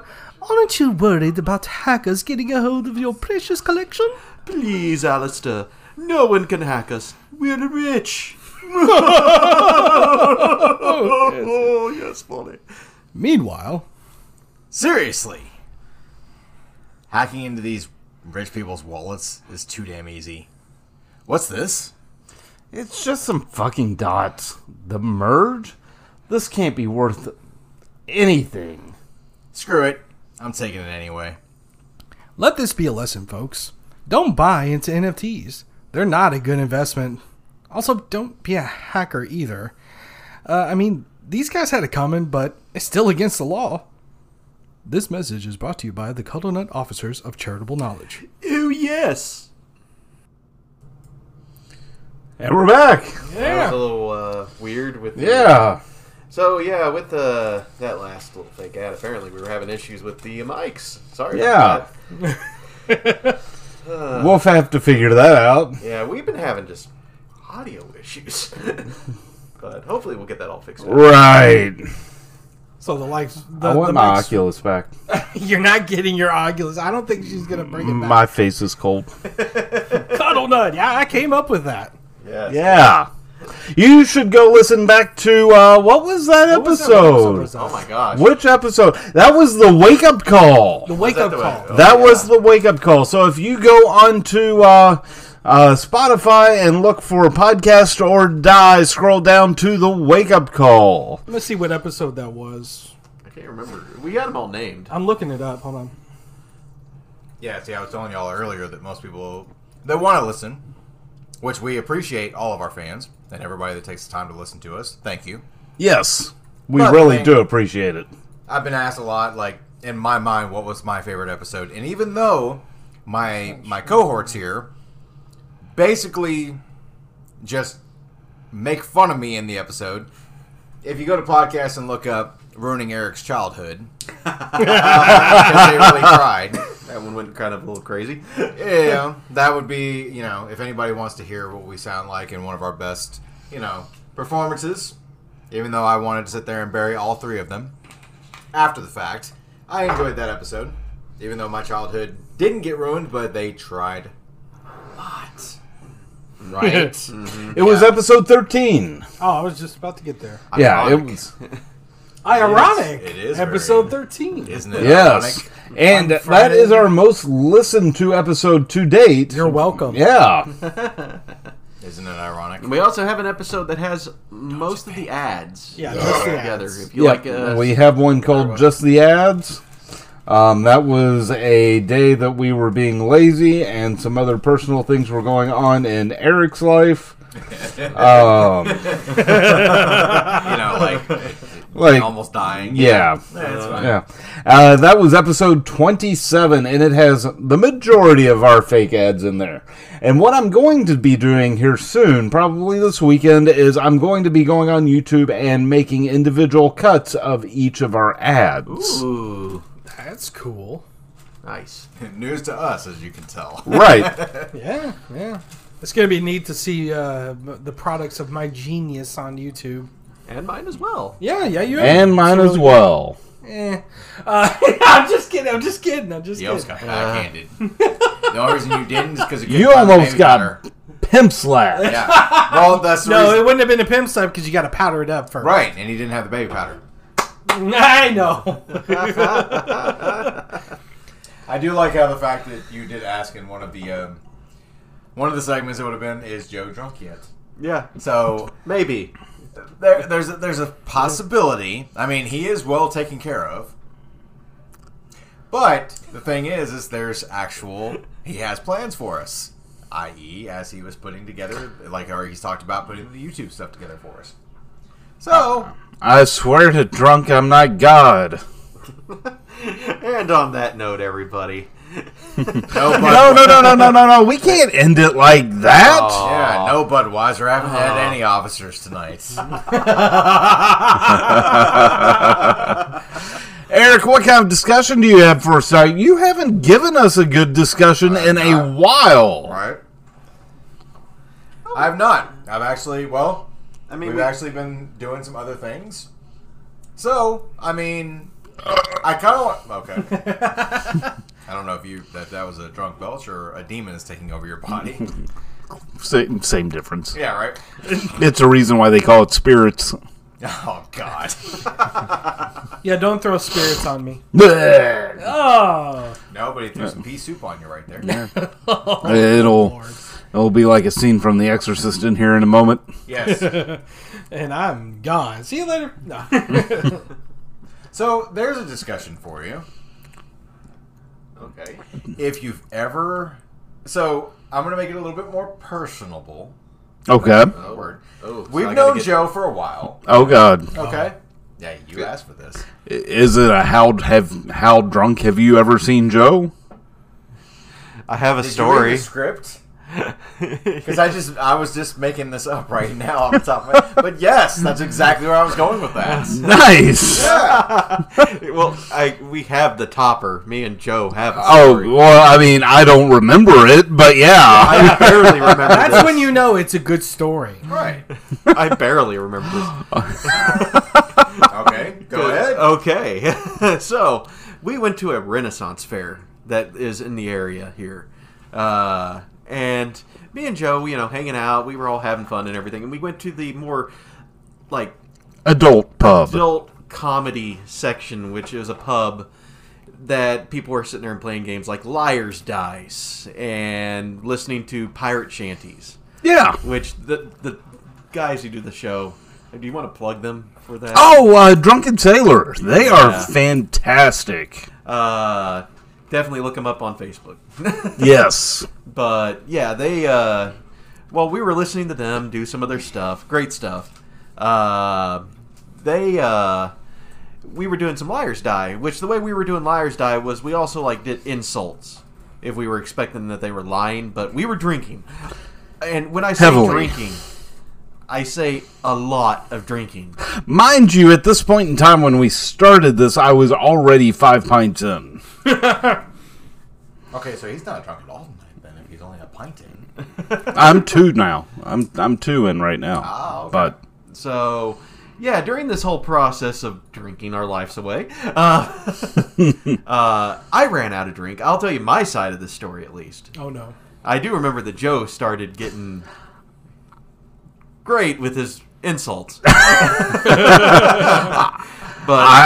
S3: aren't you worried about hackers getting a hold of your precious collection?
S4: Please, Alistair, no one can hack us. We're rich. oh, yes, Polly.
S3: Meanwhile,
S2: Seriously. Hacking into these rich people's wallets is too damn easy. What's this?
S1: It's just some fucking dots. The merge? This can't be worth anything.
S2: Screw it. I'm taking it anyway.
S3: let this be a lesson, folks. Don't buy into NFTs. They're not a good investment. Also, don't be a hacker either. Uh, I mean, these guys had it coming, but it's still against the law. This message is brought to you by the Cuddle Nut Officers of Charitable Knowledge.
S4: Oh, yes.
S1: And we're back.
S4: That was a little uh, weird with the-
S1: Yeah.
S4: So yeah, with uh, that last little fake ad, apparently we were having issues with the mics. Sorry.
S1: Yeah.
S4: About
S1: We'll have to figure that out.
S4: that. Yeah, we've been having just audio issues, but hopefully we'll get that all fixed. Up.
S1: Right.
S3: So the likes, the,
S1: I want
S3: the
S1: my
S3: mics-
S1: Oculus back.
S3: You're not getting your Oculus. I don't think she's gonna bring it back.
S1: My face is cold.
S3: Cuddle Nut. Yeah, I came up with that.
S4: Yes.
S1: Yeah. You should go listen back to uh, what was that episode?
S4: Oh my gosh.
S1: Which episode? That was the wake up call.
S3: The wake
S4: that
S3: up
S4: the
S3: call.
S4: way-
S1: That was the wake up call. So if you go onto uh, uh, Spotify and look for podcast or die, scroll down to the wake up call.
S3: Let's see what episode that was.
S4: I can't remember. We got them all named.
S3: I'm looking it up. Hold on.
S2: Yeah, see, I was telling y'all earlier that most people that want to listen, which we appreciate all of our fans and everybody that takes the time to listen to us. Thank you.
S1: Yes, we
S2: But
S1: really
S2: thank-
S1: do appreciate it.
S2: I've been asked a lot, like in my mind, what was my favorite episode, and even though my my cohorts here basically just make fun of me in the episode, if you go to podcasts and look up "ruining Eric's childhood," because they really tried.
S4: That one went kind of a little crazy.
S2: Yeah, that would be you know if anybody wants to hear what we sound like in one of our best you know performances. Even though I wanted to sit there and bury all three of them after the fact, I enjoyed that episode. Even though my childhood didn't get ruined, but they tried a lot. Right?
S1: It was episode 13.
S3: Oh, I was just about to get there.
S1: Yeah, it was.
S3: Ironic.
S2: It is
S3: episode
S2: very-
S3: 13.
S2: Isn't it?
S1: Yes.
S2: ironic?
S1: And that is our most listened to episode to date.
S3: You're welcome.
S1: yeah.
S2: Isn't it ironic?
S4: We also have an episode that has most of the ads.
S3: Yeah,
S4: put
S3: just the
S4: together.
S3: ads.
S4: If you
S1: Yep,
S4: like, uh,
S1: we have one called Just the Ads. Um, that was a day that we were being lazy, and some other personal things were going on in Eric's life. um,
S2: You know, like
S1: Like,
S2: almost dying.
S1: yeah.
S2: That's fine.
S1: Yeah. Uh, that was episode 27, and it has the majority of our fake ads in there. And what I'm going to be doing here soon, probably this weekend, is I'm going to be going on YouTube and making individual cuts of each of our ads.
S4: Ooh,
S3: That's cool.
S4: nice.
S2: News to us, as you can tell.
S1: Right.
S3: Yeah, yeah. It's gonna be neat to see uh, the products of my genius on YouTube.
S4: And mine as well.
S3: Yeah, yeah, you
S1: and mine as well.
S3: Eh. Uh, I'm just kidding. I'm just kidding. I'm just
S2: You almost
S3: kidding.
S2: got backhanded. the only reason you didn't is because
S1: You almost got pimp slapped.
S2: Yeah. Well, that's the
S3: No,
S2: reason-
S3: it wouldn't have been a pimp slap because you got to powder it up first.
S2: right, and he didn't have the baby powder.
S3: I know.
S2: I do like how the fact that you did ask in one of the um, one of the segments it would have been is Joe drunk yet?
S4: Yeah,
S2: So
S4: maybe.
S2: there, there's a, there's a possibility. I mean, he is well taken care of. But the thing is, is there's actual he has plans for us, i.e., as he was putting together, like or he's talked about putting the YouTube stuff together for us. So
S1: I swear to drunk, I'm not God.
S4: And on that note, everybody.
S2: no, Bud,
S1: No, no, no, no, no, no, no. We can't end it like that.
S2: yeah, no Budweiser. I haven't had any officers tonight.
S1: Eric, what kind of discussion do you have for us? tonight? You haven't given us a good discussion in a while.
S2: Right. I've not. I've actually, well,
S4: I mean,
S2: we've
S4: we-
S2: actually been doing some other things. So, I mean, I kind of want. Okay. I don't know if you that that was a drunk belch or a demon is taking over your body.
S1: Same, same difference.
S2: yeah, right.
S1: It's a reason why they call it spirits.
S2: Oh God.
S3: yeah, don't throw spirits on me.
S1: Bleh.
S3: Oh,
S2: Nobody threw some pea soup on you right there.
S1: It'll it'll be like a scene from The Exorcist in here in a moment.
S2: Yes.
S3: and I'm gone. See you later. No.
S2: So there's a discussion for you.
S4: Okay.
S2: If you've ever, so I'm gonna make it a little bit more personable.
S1: Okay.
S2: Another word.
S4: Oh, so I
S2: We've
S4: gotta
S2: known
S4: get-
S2: Joe for a while.
S1: Oh God.
S2: Okay. Yeah, you asked for this.
S1: I- Is it a how have how drunk have you ever seen Joe?
S4: I have a
S2: Did you read
S4: story.
S2: the script? Because I just I was just making this up right now off the top of my But yes, that's exactly where I was going with that.
S1: Nice.
S4: well, I we have the topper. Me and Joe have. A
S1: Oh
S4: story.
S1: well, I mean, I don't remember it, but yeah.
S4: I barely remember.
S3: That's when you know it's a good story.
S2: Right.
S4: I barely remember this.
S2: Okay. Go ahead.
S4: Okay. so we went to a Renaissance fair that is in the area here. Uh, and me and Joe, you know, hanging out, we were all having fun and everything. And we went to the more like
S1: Adult pub.
S4: adult comedy section, which is a pub that people are sitting there and playing games like Liar's Dice and listening to pirate shanties,
S1: Yeah.
S4: which the, the guys who do the show. Do you want to plug them for that?
S1: Oh, uh, Drunken Sailor. They are
S4: Yeah.
S1: fantastic.
S4: Uh, definitely look them up on Facebook.
S1: Yes.
S4: but yeah, they. Uh, well, we were listening to them do some of their stuff. Great stuff. Uh, they. Uh, we were doing some liars die, which the way we were doing liars die was we also like did insults if we were expecting that they were lying, but we were drinking. And when I say
S1: Heavily.
S4: drinking, I say a lot of drinking.
S1: Mind you, at this point in time when we started this, I was already five pints in.
S4: Oh.
S2: Okay, so he's not drunk at all tonight then if he's only a pint in.
S1: I'm two now. I'm I'm two in right now.
S2: Ah, okay.
S1: But
S4: So, yeah, during this whole process of drinking our lives away, uh, uh, I ran out of drink. I'll tell you my side of the story at least.
S3: Oh no.
S4: I do remember that Joe started getting great with his insults. but
S1: I,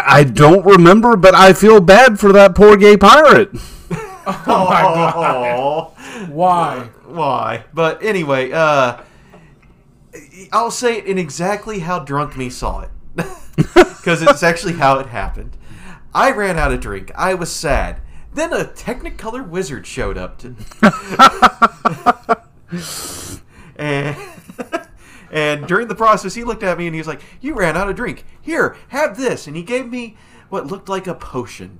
S1: I don't remember, but I feel bad for that poor gay pirate.
S4: oh,
S3: Why?
S4: why? But anyway, uh, I'll say it in exactly how drunk me saw it, because it's actually how it happened. I ran out of drink. I was sad. Then a Technicolor wizard showed up to, and And during the process, he looked at me and he was like, "You ran out of drink. Here, have this." And he gave me what looked like a potion,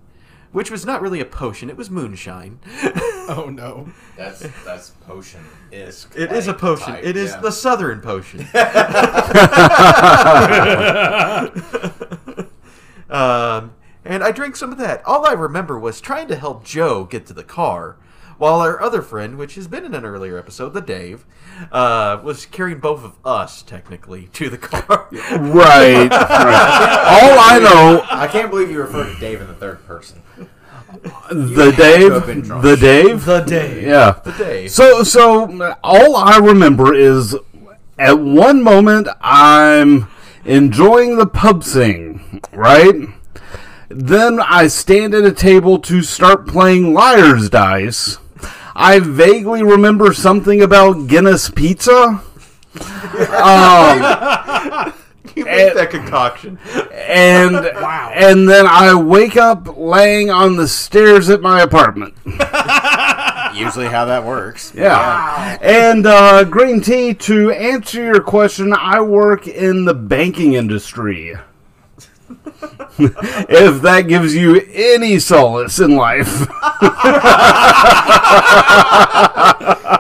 S4: which was not really a potion. It was moonshine.
S3: Oh no.
S2: That's that's potion is.
S4: It is a potion. It is the Southern potion. um, and I drank some of that. All I remember was trying to help Joe get to the car, while our other friend, which has been in an earlier episode, the Dave, uh, was carrying both of us technically to the car.
S1: Right. right. All I know,
S2: I can't believe you refer to Dave in the third person.
S1: the Dave,
S2: been drunk.
S1: the Dave,
S4: the Dave.
S1: yeah.
S4: The Dave.
S1: So, so all I remember is at one moment I'm enjoying the pub sing, right? Then I stand at a table to start playing liar's dice. I vaguely remember something about Guinness pizza. Um,
S4: you made that concoction.
S1: and and then I wake up laying on the stairs at my apartment.
S2: Usually, how that works.
S1: Yeah. And uh, green tea. To answer your question, I work in the banking industry. if that gives you any solace in life,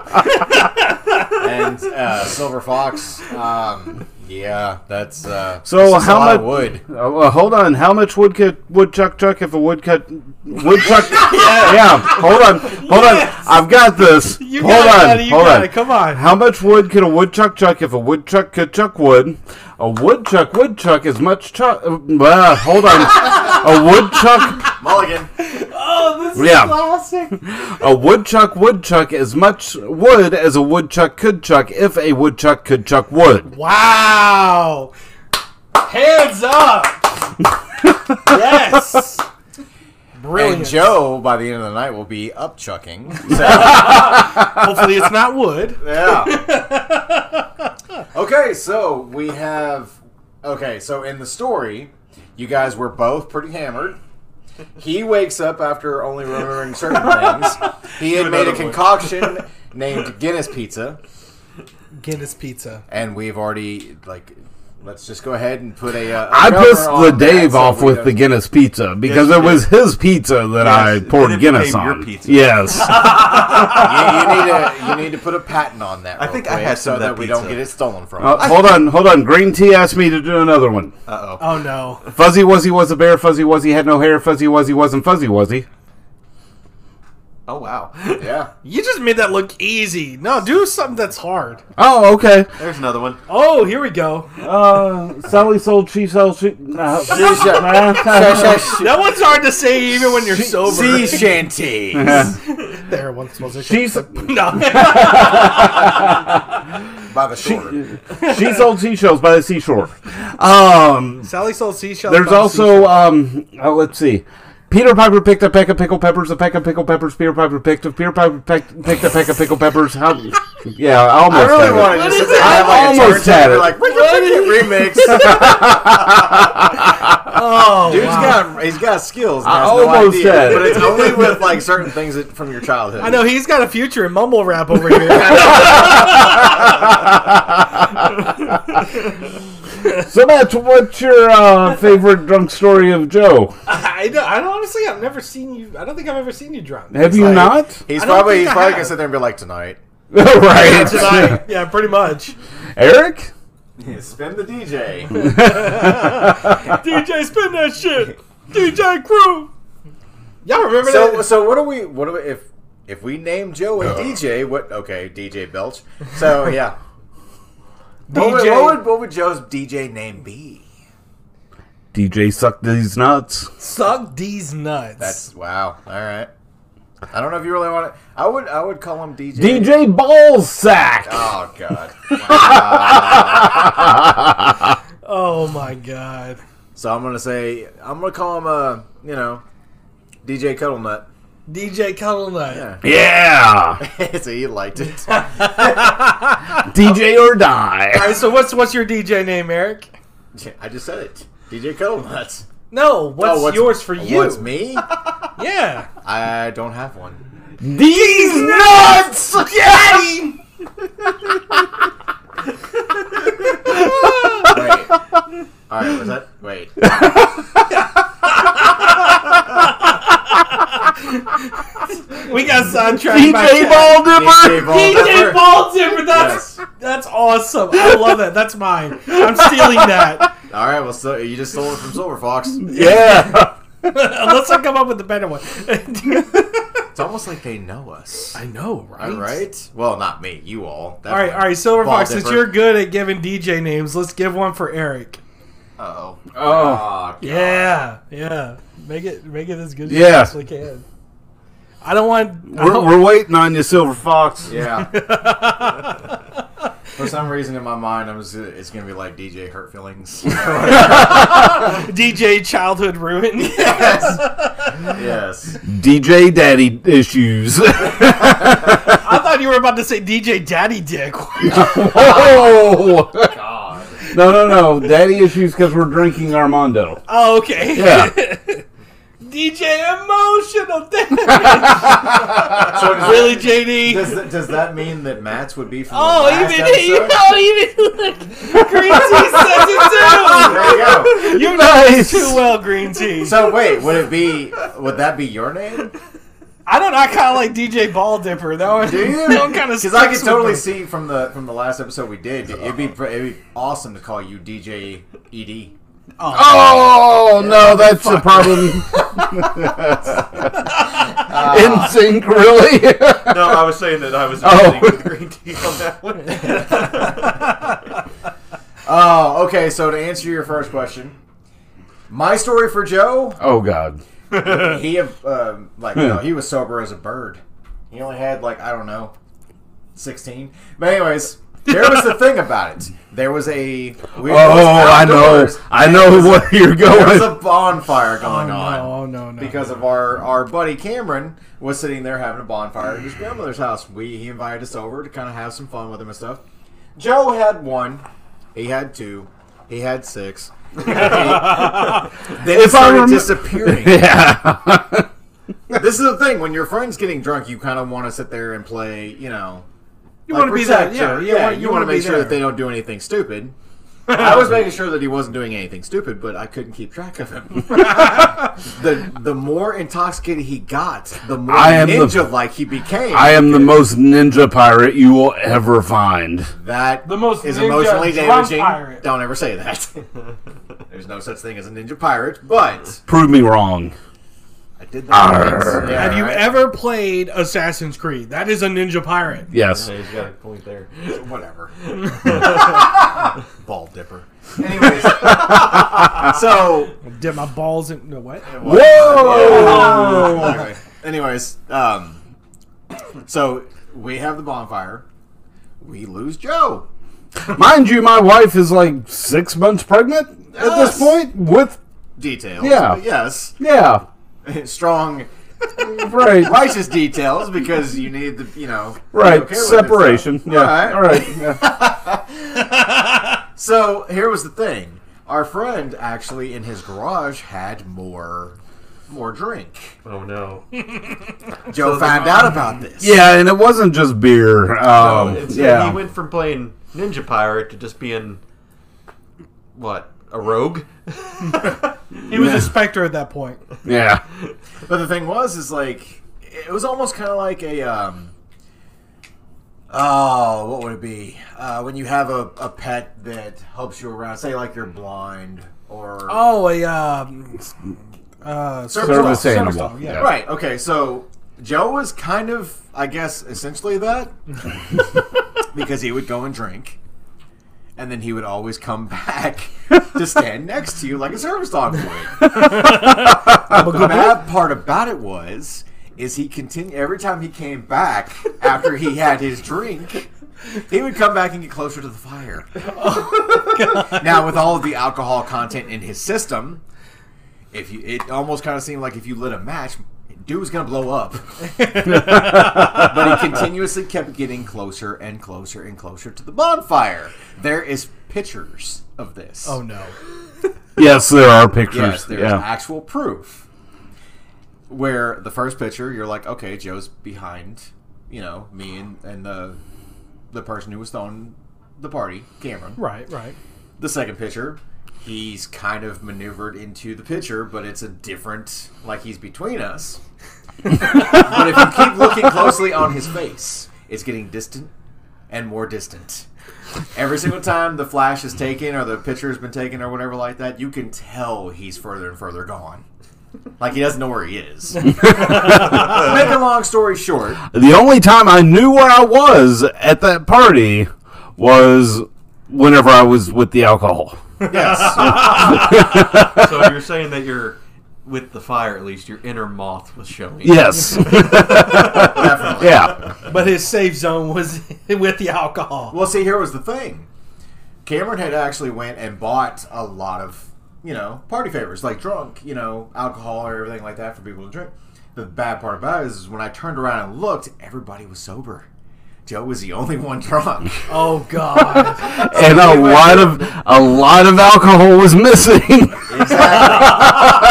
S1: Uh,
S2: And uh, Silver Fox. Um, yeah, that's. Uh,
S1: So
S2: this is
S1: how
S2: a lot of
S1: much-
S2: wood?
S1: Uh, well, hold on. How much would cut, woodchuck chuck if a woodcut woodchuck? yeah. Hold on. Hold on. I've got this.
S3: You
S1: hold
S3: got it,
S1: on.
S3: buddy, you
S1: hold
S3: got
S1: on.
S3: it, come on.
S1: How much wood could a woodchuck chuck if a woodchuck could chuck wood? A woodchuck would chuck as much chuck. Uh, blah, hold on. a woodchuck.
S5: Mulligan.
S1: Yeah.
S3: Oh, Classic.
S1: A woodchuck would chuck as much wood as a woodchuck could chuck if a woodchuck could chuck wood.
S3: Wow. Hands up. yes. Brilliant.
S2: And Joe, by the end of the night, will be up chucking.
S3: Hopefully it's not wood.
S2: Yeah. okay, so we have. Okay, so in the story, you guys were both pretty hammered. He wakes up after only remembering certain things. He had made a concoction named Guinness Pizza,
S3: Guinness pizza.
S2: and we've already like. Let's just go ahead and put a. Uh, a
S1: I
S2: cover
S1: pissed
S2: on
S1: the
S2: that
S1: Dave
S2: so
S1: off
S2: we
S1: with
S2: don't-
S1: the Guinness pizza because
S4: Yes,
S1: it
S4: you
S1: was his pizza that I
S4: Yes,
S1: poured
S4: then it
S1: Guinness
S4: became
S1: on.
S4: your pizza.
S1: Yes.
S2: You, you need to you need to put a patent on that.
S4: I
S2: real
S4: think I
S2: quick
S4: had some
S2: so
S4: of that
S2: we don't
S4: pizza.
S2: get it stolen from. us.
S1: Uh, hold on, hold on. Green Tea asked me to do another one.
S3: Oh no.
S1: Fuzzy Wuzzy was a bear. Fuzzy Wuzzy had no hair. Fuzzy Wuzzy wasn't Fuzzy Wuzzy.
S4: Oh wow.
S2: yeah.
S3: You just made that look easy. No, do something that's hard.
S1: Oh, okay.
S4: There's another one.
S3: Oh, here we go.
S1: Uh, Sally sold, she sold, she. No.
S3: That one's hard to say even when you're sober.
S2: Sea shanty.
S3: there once was a
S1: She's
S3: no.
S2: by the shore.
S1: she sold seashells by the seashore. Um,
S3: Sally sold seashells.
S1: There's
S3: by the
S1: also
S3: seashore.
S1: um uh, let's see. Peter Piper picked a peck of pickle peppers, a peck of pickle peppers, Peter Piper picked a Peter Piper pecked, picked a peck of pickle peppers. How Yeah, I almost
S2: I really
S1: had it.
S2: wanted to sit
S1: it?
S2: down and have, like, a
S1: Almost
S2: turntable
S1: had
S2: and be
S1: it.
S2: Like, remix. Dude's
S3: Oh, wow.
S2: got he's got skills. And
S1: I
S2: has no
S1: almost
S2: idea,
S1: said it.
S2: but it's only with like certain things that, from your childhood.
S3: I know he's got a future in mumble rap over here.
S1: So that's what's your uh, favorite drunk story of Joe?
S3: I, don't, I don't- honestly, I've never seen you. I don't think I've ever seen you drunk.
S1: Have you
S2: like-
S1: not?
S2: He's
S3: I don't
S2: probably
S3: think
S2: he's
S3: I
S2: probably
S3: have.
S2: gonna sit there and be like tonight.
S1: right.
S3: Tonight. yeah, pretty much.
S1: Eric?
S2: Spin the DJ.
S3: DJ, spin that shit. DJ Crew. Y'all remember
S2: so
S3: that?
S2: so what do we what do we if if we name Joe a DJ? What okay DJ Belch. So yeah. What, would,
S3: DJ.
S2: what would what would Joe's DJ name be?
S1: DJ sucked these nuts.
S3: Suck these nuts.
S2: That's wow. All right. I don't know if you really want to. I would I would call him DJ.
S1: DJ Ballsack.
S2: Oh God.
S3: oh my god.
S2: So I'm gonna say I'm gonna call him uh, you know, DJ Cuddle Nut.
S3: DJ Cuddle Nut.
S2: Yeah.
S1: Yeah.
S2: so he liked it.
S1: DJ or die.
S3: All right, so what's what's your DJ name, Eric?
S2: I just said it. DJ Cuddle Nut.
S3: No, what's,
S2: Oh, what's-
S3: yours for you?
S2: What's me?
S3: Yeah.
S2: I don't have one.
S1: These nuts.
S2: Wait. All right. Was that? Wait.
S3: We got sidetracked. by
S1: DJ
S3: Chad.
S1: Ball
S2: DJ
S1: Dipper.
S2: Ball
S3: DJ
S2: Dipper.
S3: Ball Dipper. That's that's awesome. I love that. That's mine. I'm stealing that.
S2: All right. Well, so you just stole it from Silver Fox.
S1: Yeah.
S3: Unless I come up with a better one.
S2: It's almost like they know us.
S3: I know, right?
S2: All right. Well, not me. You all.
S3: All right, all right. Silver
S2: Ball
S3: Fox, since
S2: Dipper.
S3: you're good at giving DJ names, let's give one for Eric.
S2: Oh.
S3: Yeah, yeah. Make it make it as good as you
S1: Yeah.
S3: possibly can. I don't want. I
S1: We're,
S3: don't-
S1: we're waiting on you, Silver Fox.
S2: Oh. Yeah. For some reason in my mind, I'm just, it's gonna be like DJ Hurt Feelings.
S3: DJ childhood ruin.
S2: yes.
S1: DJ Daddy Issues.
S3: I thought you were about to say DJ Daddy Dick.
S1: Whoa! No, no, no. Daddy issues because we're drinking Armando.
S3: oh, okay.
S1: Yeah.
S3: DJ emotional damage. really, JD?
S2: Does that, does that mean that Matt's would be from
S3: oh,
S2: the last
S3: even
S2: episode?
S3: you know, even like, green tea says it
S2: There you
S3: too. You know
S1: Nice.
S3: too well, green tea.
S2: go. So wait, would it be? Would that be your name?
S3: I don't. know, I kind of like DJ Ball Dipper. That one.
S2: Do you?
S3: That one kind of.
S2: Because I could totally see from the from the last episode we did, it'd be pre- it'd be awesome to call you E DJ Ed.
S1: Oh no, that's a problem. In sync, really?
S4: No, I was saying that I was
S1: Oh.
S4: agreeing with green tea on that one.
S2: Oh, okay. So to answer your first question, my story for Joe,
S1: oh god.
S2: he have um, like you know, he was sober as a bird. He only had like I don't know, sixteen. But anyways, there was the thing about it. There was a we was
S1: Oh, I know.
S2: outdoors.
S1: I know where you're
S2: There was a
S1: going.
S2: bonfire going on.
S3: Oh no, no.
S2: because of our our buddy Cameron was sitting there having a bonfire at his grandmother's house. We he invited us over to kind of have some fun with him and stuff. Joe had one, he had two, he had six. then it
S1: If I
S2: started
S1: remem-
S2: disappearing.
S1: Yeah.
S2: this is the thing when your friend's getting drunk, you kind of want to sit there and play, you know.
S3: You want to be there?
S2: protect
S3: Yeah,
S2: her.
S3: you wanna-
S2: you,
S3: you
S2: want
S3: wanna
S2: to
S3: be
S2: make sure that
S3: there.
S2: they don't do anything stupid. I was making sure that he wasn't doing anything stupid, but I couldn't keep track of him. the The more intoxicated he got, the more
S1: I am the-
S2: ninja like he became.
S1: I am the most ninja pirate you will ever find.
S2: that
S3: The most
S2: is
S3: ninja
S2: emotionally
S3: drunk
S2: damaging.
S3: pirate.
S2: Don't ever say that. There's no such thing as a ninja pirate, but
S1: Prove me wrong.
S2: I did that.
S1: Arr.
S2: Yeah,
S3: Have you
S2: right.
S3: ever played Assassin's Creed? That is a ninja pirate.
S1: Yes.
S4: He's got a point there.
S2: whatever. Ball dipper. Anyways, so
S3: Did my balls in no what?
S1: Whoa!
S2: anyway, anyways, um, so we have the bonfire. We lose Joe.
S1: Mind you, my wife is like six months pregnant at
S2: Yes.
S1: this point. With
S2: Details.
S1: Yeah.
S2: but Yes.
S1: yeah,
S2: Strong,
S1: right,
S2: righteous details because you need the, you know. be
S1: right.
S2: okay with it, so-
S1: Separation. Yeah.
S2: Alright.
S1: All right. Yeah.
S2: So here was the thing. Our friend actually in his garage had more more drink.
S4: Oh no.
S2: Joe found out about this.
S1: Yeah, and it wasn't just beer. Um,
S4: It's-
S1: yeah.
S4: He went from playing Ninja Pirate to just being what? A rogue?
S3: He was a specter at that point.
S1: yeah.
S2: But the thing was, is like it was almost kind of like a um. Oh, what would it be? Uh, when you have a, a pet that helps you around, say like you're blind or
S3: Oh, a um, uh,
S1: Service
S2: dog,
S1: animal.
S3: dog, yeah.
S1: yeah.
S2: right? Okay, so Joe was kind of, I guess, essentially that because he would go and drink, and then he would always come back to stand next to you like a service dog would. the bad part about it was is he continued every time he came back after he had his drink he would come back and get closer to the fire now with all of the alcohol content in his system if you it almost kind of seemed like if you lit a match dude was gonna blow up but he continuously kept getting closer and closer and closer to the bonfire there is pictures of this
S3: Oh no!
S1: Yes, there are pictures.
S2: Yes, there's
S1: yeah.
S2: actual proof. Where the first picture, you're like, okay, Joe's behind, you know, me and, and the the person who was thrown the party, Cameron.
S3: Right, right.
S2: The second pitcher, he's kind of maneuvered into the pitcher, but it's a different, like he's between us. but if you keep looking closely on his face, it's getting distant and more distant. Every single time the flash is taken or the picture has been taken or whatever like that, you can tell he's further and further gone. Like he doesn't know where he is. to make a long story short,
S1: The only time I knew where I was at that party was whenever I was with the alcohol.
S2: yes,
S4: so you're saying that you're with the fire at least your inner moth was showing.
S1: Yes.
S2: definitely.
S1: yeah.
S12: But his safe zone was with the alcohol.
S2: Well, see, here was the thing. Cameron had actually went and bought a lot of, you know, party favors, like drunk, you know, alcohol or everything like that for people to drink. The bad part about it is, is when I turned around and looked, everybody was sober. Joe was the only one drunk.
S12: Oh God!
S1: And a lot of a lot of alcohol was missing.
S12: what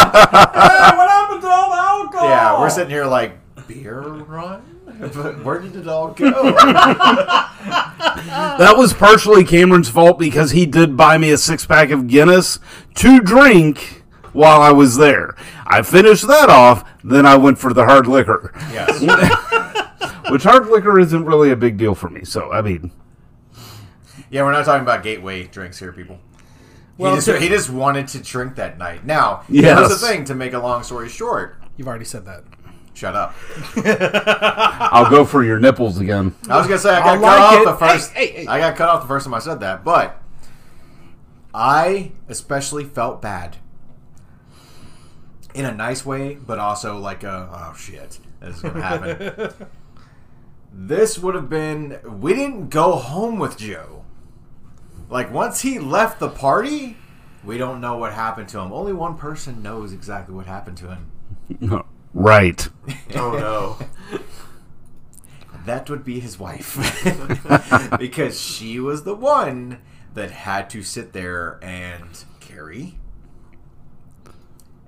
S12: happened to all the alcohol?
S2: Yeah, we're sitting here like beer run. But where did it all go?
S1: that was partially Cameron's fault because he did buy me a six pack of Guinness to drink while I was there. I finished that off, then I went for the hard liquor.
S2: yes.
S1: Which hard liquor isn't really a big deal for me, so I mean
S2: Yeah, we're not talking about gateway drinks here, people.
S12: Well,
S2: he, just,
S12: to-
S2: he just wanted to drink that night. Now,
S1: Yes.
S2: here's the thing to make a long story short.
S3: You've already said that.
S2: Shut up.
S1: I'll go for your nipples again.
S2: I was gonna say I
S12: I
S2: got cut
S12: like
S2: off
S12: it.
S2: the first.
S12: Hey, hey, hey.
S2: I got cut off the first time I said that, but I especially felt bad in a nice way, but also like a oh shit, this is gonna happen. this would have been. We didn't go home with Joe. Like once he left the party, we don't know what happened to him. Only one person knows exactly what happened to him.
S1: Right.
S4: Oh no.
S2: That would be his wife. because she was the one that had to sit there and carry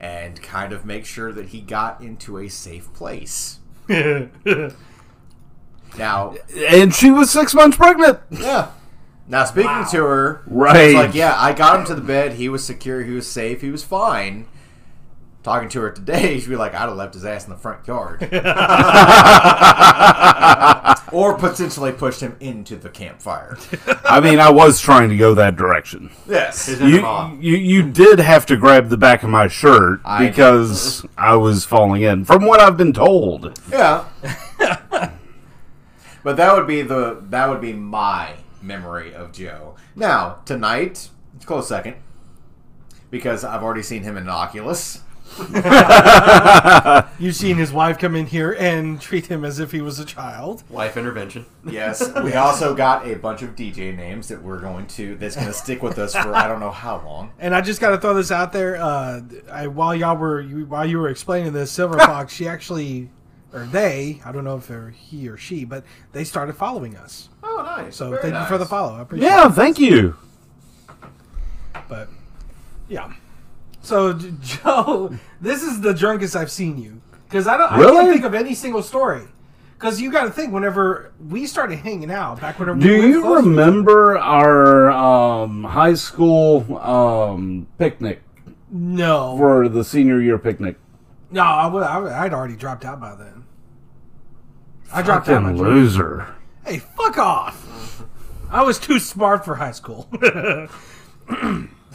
S2: and kind of make sure that he got into a safe place. now,
S1: And she was six months pregnant.
S2: yeah. Now, speaking to her,
S1: Right.
S2: it's like, yeah, I got him to the bed. He was secure. He was safe. He was fine. Talking to her today, she'd be like, I'd have left his ass in the front yard. or potentially pushed him into the campfire.
S1: I mean, I was trying to go that direction.
S2: Yes.
S4: His inner
S1: You,
S4: moth.
S1: you you did have to grab the back of my shirt
S2: I-
S1: because I was falling in, from what I've been told.
S2: Yeah. but that would be the that would be my memory of Joe. Now tonight, it's a close second because I've already seen him in an Oculus.
S3: You've seen his wife come in here and treat him as if he was a child.
S4: Life intervention.
S2: Yes, we also got a bunch of DJ names that we're going to that's going to stick with us for I don't know how long.
S3: And I just got to throw this out there. Uh, I, while y'all were you, while you were explaining this, Silver Fox, she actually, or they, I don't know if they're he or she, but they started following us.
S4: Oh nice.
S3: So
S4: Very
S3: thank you
S4: nice.
S3: for the follow. I appreciate
S1: Yeah, thank you.
S3: it. But yeah. So J- Joe, this is the drunkest I've seen you because I don't. I
S1: Really?
S3: can't think of any single story. Because you got to think, whenever we started hanging out back whenever
S1: Do
S3: we were
S1: you
S3: close-
S1: remember our um, high school um, picnic
S3: No,
S1: for the senior year picnic?
S3: no, I would. I would- I'd already dropped out by then. I dropped out. my
S1: Fucking loser.
S3: Hey, fuck off! I was too smart for high school. there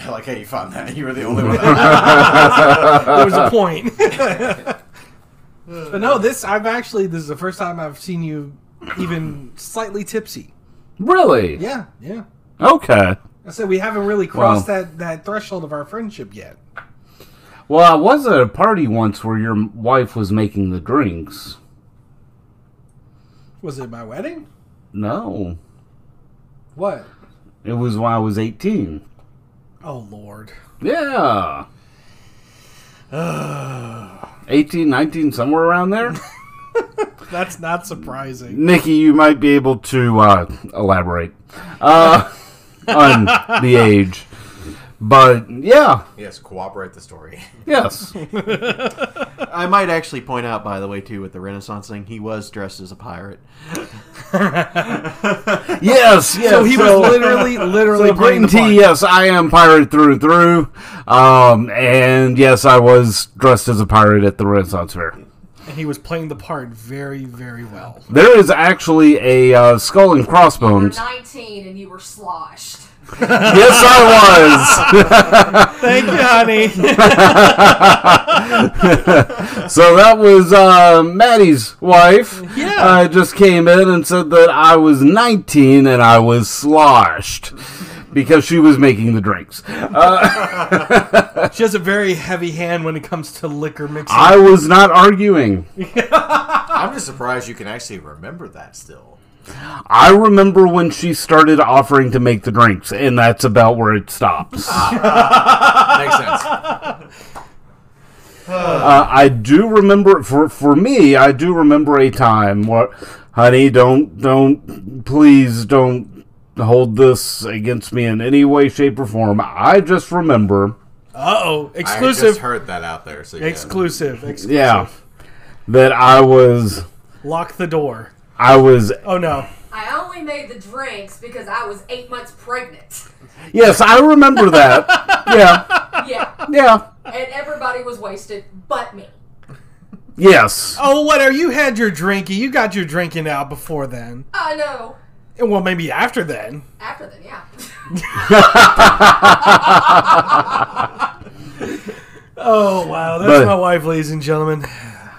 S2: Like, hey, you found that you were the only one.
S3: was a point. but no, this I've actually this is the first time I've seen you even slightly tipsy.
S1: Really?
S3: Yeah, yeah.
S1: Okay.
S3: I said we haven't really crossed
S1: Wow.
S3: that that threshold of our friendship yet.
S1: Well, I was at a party once where your wife was making the drinks.
S3: Was it my wedding?
S1: No,
S3: What?
S1: it was when I was 18.
S3: Oh lord.
S1: Yeah. 18, 19, somewhere around there.
S3: That's not surprising.
S1: Nikki, you might be able to uh, elaborate uh, on the age. But yeah,
S2: Yes, cooperate the story.
S1: yes,
S4: I might actually point out, by the way, too, with the Renaissance thing, he was dressed as a pirate.
S1: yes, yes.
S13: So he was literally, literally
S1: So
S13: playing
S1: Green
S13: the part.
S1: Tea, yes, I am pirate through and through. Um, and yes, I was dressed as a pirate at the Renaissance Fair.
S13: And he was playing the part very, very well.
S1: There is actually a uh, skull and
S10: You're
S1: crossbones.
S10: 19 and you were sloshed.
S1: yes, I
S3: Thank you, honey.
S1: was. So that was uh, Maddie's wife. Yeah, uh, just came in and said that I was 19 and I was sloshed because she was making the drinks.
S3: she has a very heavy hand when it comes to liquor mixing.
S1: I was not arguing.
S4: Ah.
S2: I'm just surprised you can actually remember that still.
S1: I remember when she started offering to make the drinks, and that's about where it stops.
S2: Makes sense.
S1: Uh, I do remember for for me. I do remember a time where, honey, don't don't please don't hold this against me in any way, shape, or form. I just remember,
S3: Uh oh,
S2: I
S3: exclusive,
S2: just heard that out there. So yeah.
S3: exclusive, exclusive.
S1: yeah, that I was
S3: Lock the door.
S1: I was
S3: Oh no.
S10: I only made the drinks because I was eight months pregnant.
S1: yes, I remember that. yeah,
S10: Yeah,
S1: yeah,
S10: and everybody was wasted but me.
S1: yes.
S3: Oh, whatever. You had your drinky. You got your drinking out before then.
S10: I know.
S3: And well, maybe after then.
S10: After then, yeah.
S3: Oh wow, that's
S1: But-
S3: my wife, ladies and gentlemen.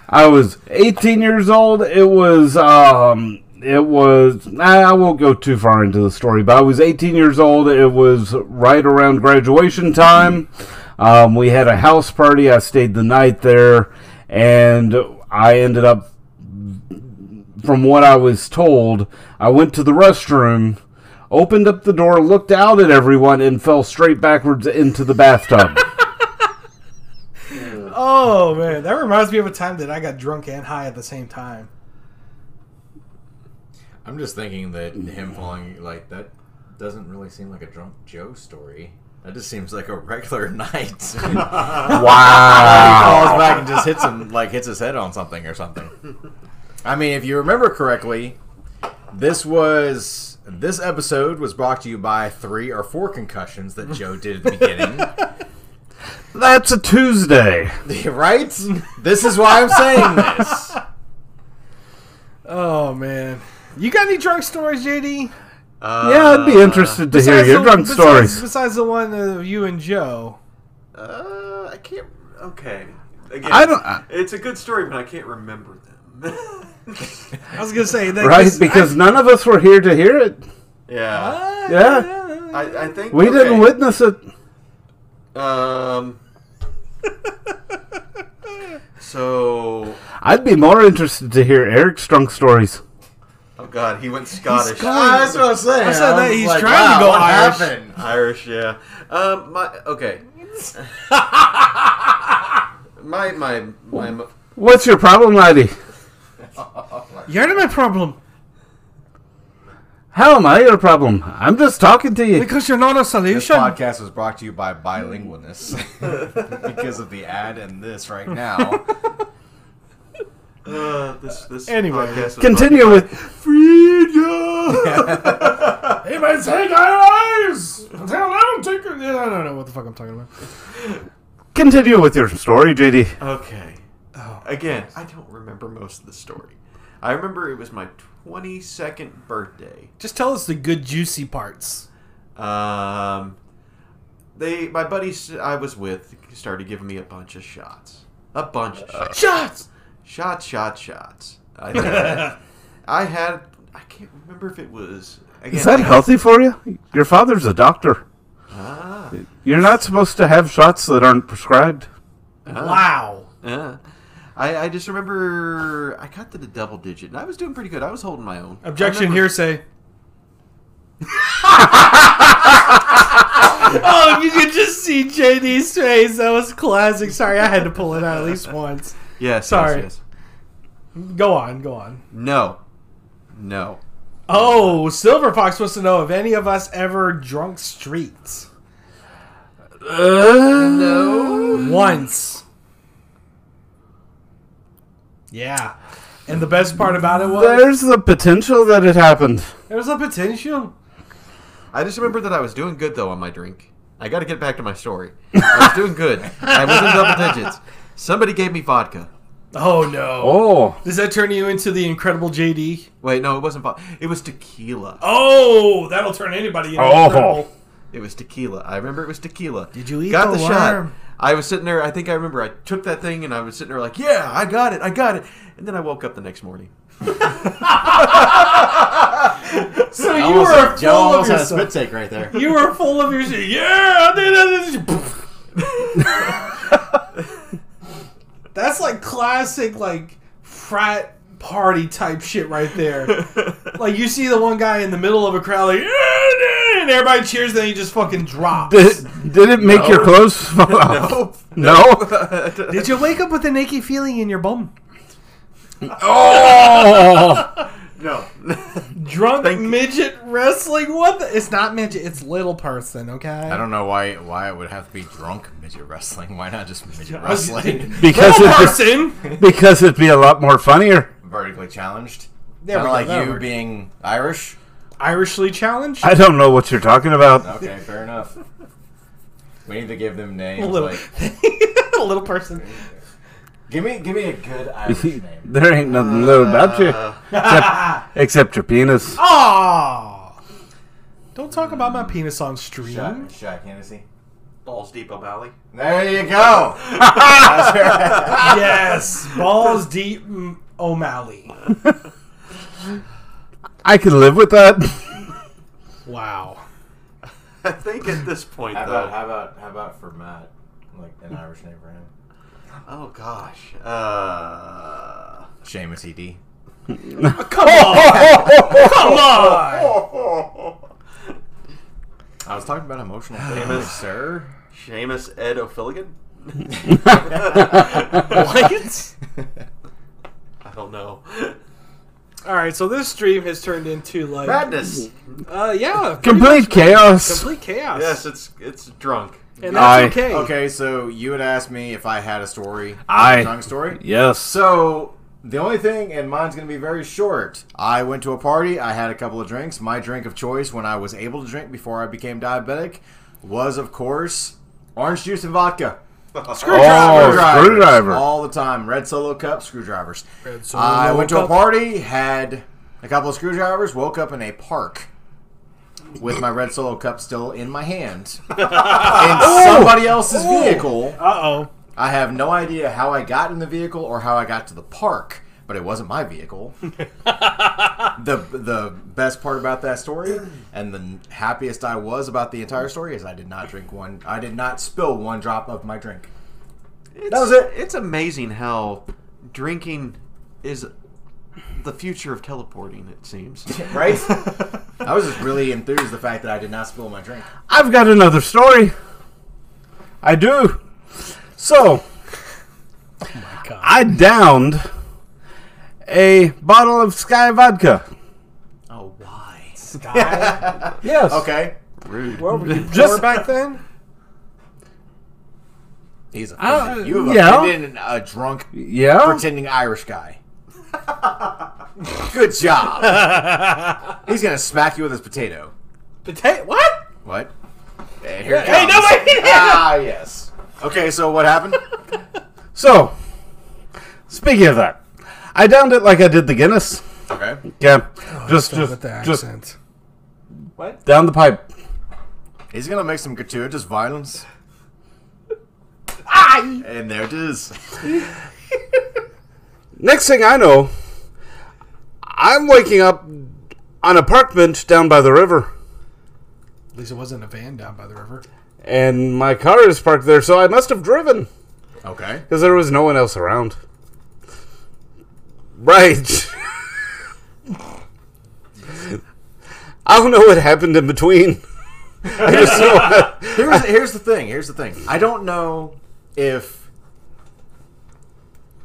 S1: I was 18 years old. It was um it was I I won't go too far into the story, but I was 18 years old. It was right around graduation time. Um, we had a house party. I stayed the night there and I ended up from what I was told, I went to the restroom, opened up the door, looked out at everyone and fell straight backwards into the bathtub.
S3: Oh man, that reminds me of a time that I got drunk and high at the same time.
S2: I'm just thinking that him falling like that doesn't really seem like a drunk Joe story. That just seems like a regular night. he falls
S1: wow.
S2: back and just hits him like hits his head on something or something. I mean, if you remember correctly, this was this episode was brought to you by three or four concussions that Joe did at the beginning.
S1: That's a Tuesday.
S2: right? This is why I'm saying this.
S3: Oh man, you got any drunk stories,
S1: Yeah,
S3: JD?
S1: I'd
S4: Uh,
S1: be interested to hear
S3: Besides
S1: your
S3: the-
S1: drunk
S3: besides-
S1: stories.
S3: Besides the one of you and Joe.
S4: Uh, I can't. Okay. Again,
S1: I don't- uh, I-
S4: it's a good story, but I can't remember them.
S3: I was gonna say that.
S1: Right?
S3: this-
S1: Because none of us were here to hear it.
S4: yeah.
S1: Yeah.
S4: I, I think
S1: We didn't
S4: okay,
S1: witness it.
S4: Um. so,
S1: I'd be more interested to hear Eric's drunk stories.
S4: oh god, he went Scottish,
S2: Ah, that's what I'm saying. I
S3: said that
S2: was
S3: he's trying to go
S2: what
S3: Irish."
S2: happened?
S4: Irish, yeah. Um, my okay. my my my. mo-
S1: What's your problem, laddie?
S3: You're not my problem
S1: How am I your problem? I'm just talking to you.
S3: because you're not a
S2: This
S3: solution.
S2: podcast was brought to you by bilingualness because of the ad and this right now.
S4: Uh, this this
S3: Anyway,
S4: podcast was
S1: Continue with
S3: Hey, man, take our eyes. I don't take. I don't know what the fuck I'm talking about.
S1: continue with your story, JD.
S4: Okay. Again, I don't remember most of the story. I remember it was my 22nd birthday.
S3: Just tell us the good juicy parts.
S4: Um, they, my buddies I was with started giving me a bunch of shots. A bunch of shots.
S3: Shots.
S4: Shots, shots, shots. I, had- I had, I can't remember if it was. Again,
S1: Is that
S4: I-
S1: healthy for you? Your father's a doctor.
S4: Ah,
S1: You're not supposed to have shots that aren't prescribed.
S3: Wow.
S4: ah. I, I just remember I got to the double digit and I was doing pretty good. I was holding my own. I
S3: Objection.
S4: remember-
S3: Hearsay. oh, you could just see JD's face. That was classic. Sorry, I had to pull it out at least once.
S4: Yes,
S3: Sorry.
S4: Sorry. yes.
S3: Go on. Go on.
S4: No. No.
S3: Oh, Silver Fox wants to know if any of us ever drunk streets. no. Once. Yeah. And the best part about it was
S1: There's the potential that it happened.
S14: There's a potential.
S4: I just remember that I was doing good though on my drink. I got to get back to my story. I was doing good. I was in double digits. Somebody gave me vodka.
S3: Oh no.
S1: Oh,
S3: Does that turn you into the incredible JD?
S4: Wait, no, it wasn't vodka. It was tequila.
S3: Oh, that'll turn anybody into
S1: Oh.
S3: incredible.
S4: It was tequila. I remember it was tequila.
S14: Did you eat
S4: got
S14: the
S4: the, shot?
S14: worm?
S4: I was sitting there. I think I remember. I took that thing and I was sitting there like, "Yeah, I got it, I got it." And then I woke up the next morning.
S3: So you were
S2: Joe
S3: full of
S2: almost had a
S3: yourself.
S2: spit take right there.
S3: You were full of your shit. Yeah, I did that. That's like classic, like frat party type shit right there. Like you see the one guy in the middle of a crowd, like yeah, I did it," and everybody cheers, then he just fucking drops.
S1: did, did it make your clothes fall off? No.
S14: Did you wake up with an achy feeling in your bum?
S1: Oh,
S4: no,
S3: Drunk midget wrestling. What? The? It's not midget.
S14: It's little person, okay?
S2: I don't know why why it would have to be drunk midget wrestling. Why not just midget
S3: was-
S2: wrestling?
S1: because it
S3: Little person.
S1: because it'd be a lot more funnier.
S2: Vertically challenged.
S14: There
S2: Kinda
S14: we go,
S2: like
S14: that
S2: you
S14: works.
S2: being Irish.
S3: Irishly challenged.
S1: I don't know what you're talking about.
S2: Okay, fair enough. We need to give them names.
S3: A little,
S2: Like,
S3: little person.
S2: give me give me a good Irish name.
S1: There ain't nothing little about you except, except your penis.
S3: Aw.
S14: Don't talk about my penis on stream.
S2: Shaq, Shaq Hennessy.
S4: Balls Depot Valley.
S2: There you go. That's right.
S3: yes, balls deep mm, O'Malley.
S1: I could live with that.
S3: Wow.
S4: I think at this point
S2: How
S4: though.
S2: about how about how about for Matt? Like an Irish name for him.
S4: oh gosh. Uh,
S2: Seamus ED.
S1: Oh,
S3: Come on, come on.
S2: I was talking about emotional damage, sir.
S4: Seamus Ed O'Filligan.
S3: What?
S4: I don't know.
S3: All right, so this stream has turned into like,
S4: Madness.
S3: uh, yeah, pretty
S1: Complete
S3: much
S1: chaos.
S3: complete chaos.
S4: Yes, it's it's drunk.
S3: and
S1: Aye.
S3: that's okay.
S2: Okay, so you had asked me if I had a story.
S1: Aye.
S2: A drunk story?
S1: Yes.
S2: So the only thing, and mine's going to be very short. I went to a party. I had a couple of drinks. My drink of choice, when I was able to drink before I became diabetic, was of course orange juice and vodka.
S1: Oh,
S2: Screwdrivers.
S1: screwdriver.
S2: all the time. Red solo cup, screwdrivers. Uh,
S3: solo
S2: I went to a
S3: cup.
S2: party, had a couple of screwdrivers, woke up in a park with my red solo cup still in my hand in somebody else's vehicle.
S3: Uh oh.
S2: I have no idea how I got in the vehicle or how I got to the park, but it wasn't my vehicle. the the best part about that story and the happiest I was about the entire story is I did not drink one I did not spill one drop of my drink.
S4: It's,
S2: was it.
S4: It's amazing how drinking is the future of teleporting. It seems.
S2: Right? I was just really enthused the fact that I did not spill my drink.
S1: I've got another story. I do. So,
S14: Oh
S1: I downed a bottle of Sky vodka.
S4: oh, why?
S1: Yes.
S2: Okay.
S4: Rude.
S3: What were you
S1: Just-
S3: poor back then?
S2: He's a
S1: Uh,
S2: you have
S1: yeah.
S2: offended a drunk
S1: Yeah.
S2: pretending Irish guy. Good job. He's gonna smack you with his potato.
S3: Potato? What?
S2: What? Hey, here it
S3: Hey,
S2: comes.
S3: no wait.
S2: Ah, yes. Okay, so what happened?
S1: So, speaking of that, I downed it like I did the Guinness.
S2: okay.
S1: Yeah. just just
S14: Oh, With the
S1: just
S14: accent.
S1: down the pipe.
S2: He's gonna make some gratuitous violence. And there it is.
S1: Next thing I know, I'm waking up on a park bench down by the river,
S14: At least it wasn't a van down by the river.
S1: and my car is parked there, so I must have driven
S2: Okay.
S1: because there was no one else around. Right. I don't know what happened in between. I just know-
S2: Here's here's the thing. Here's the thing. I don't know if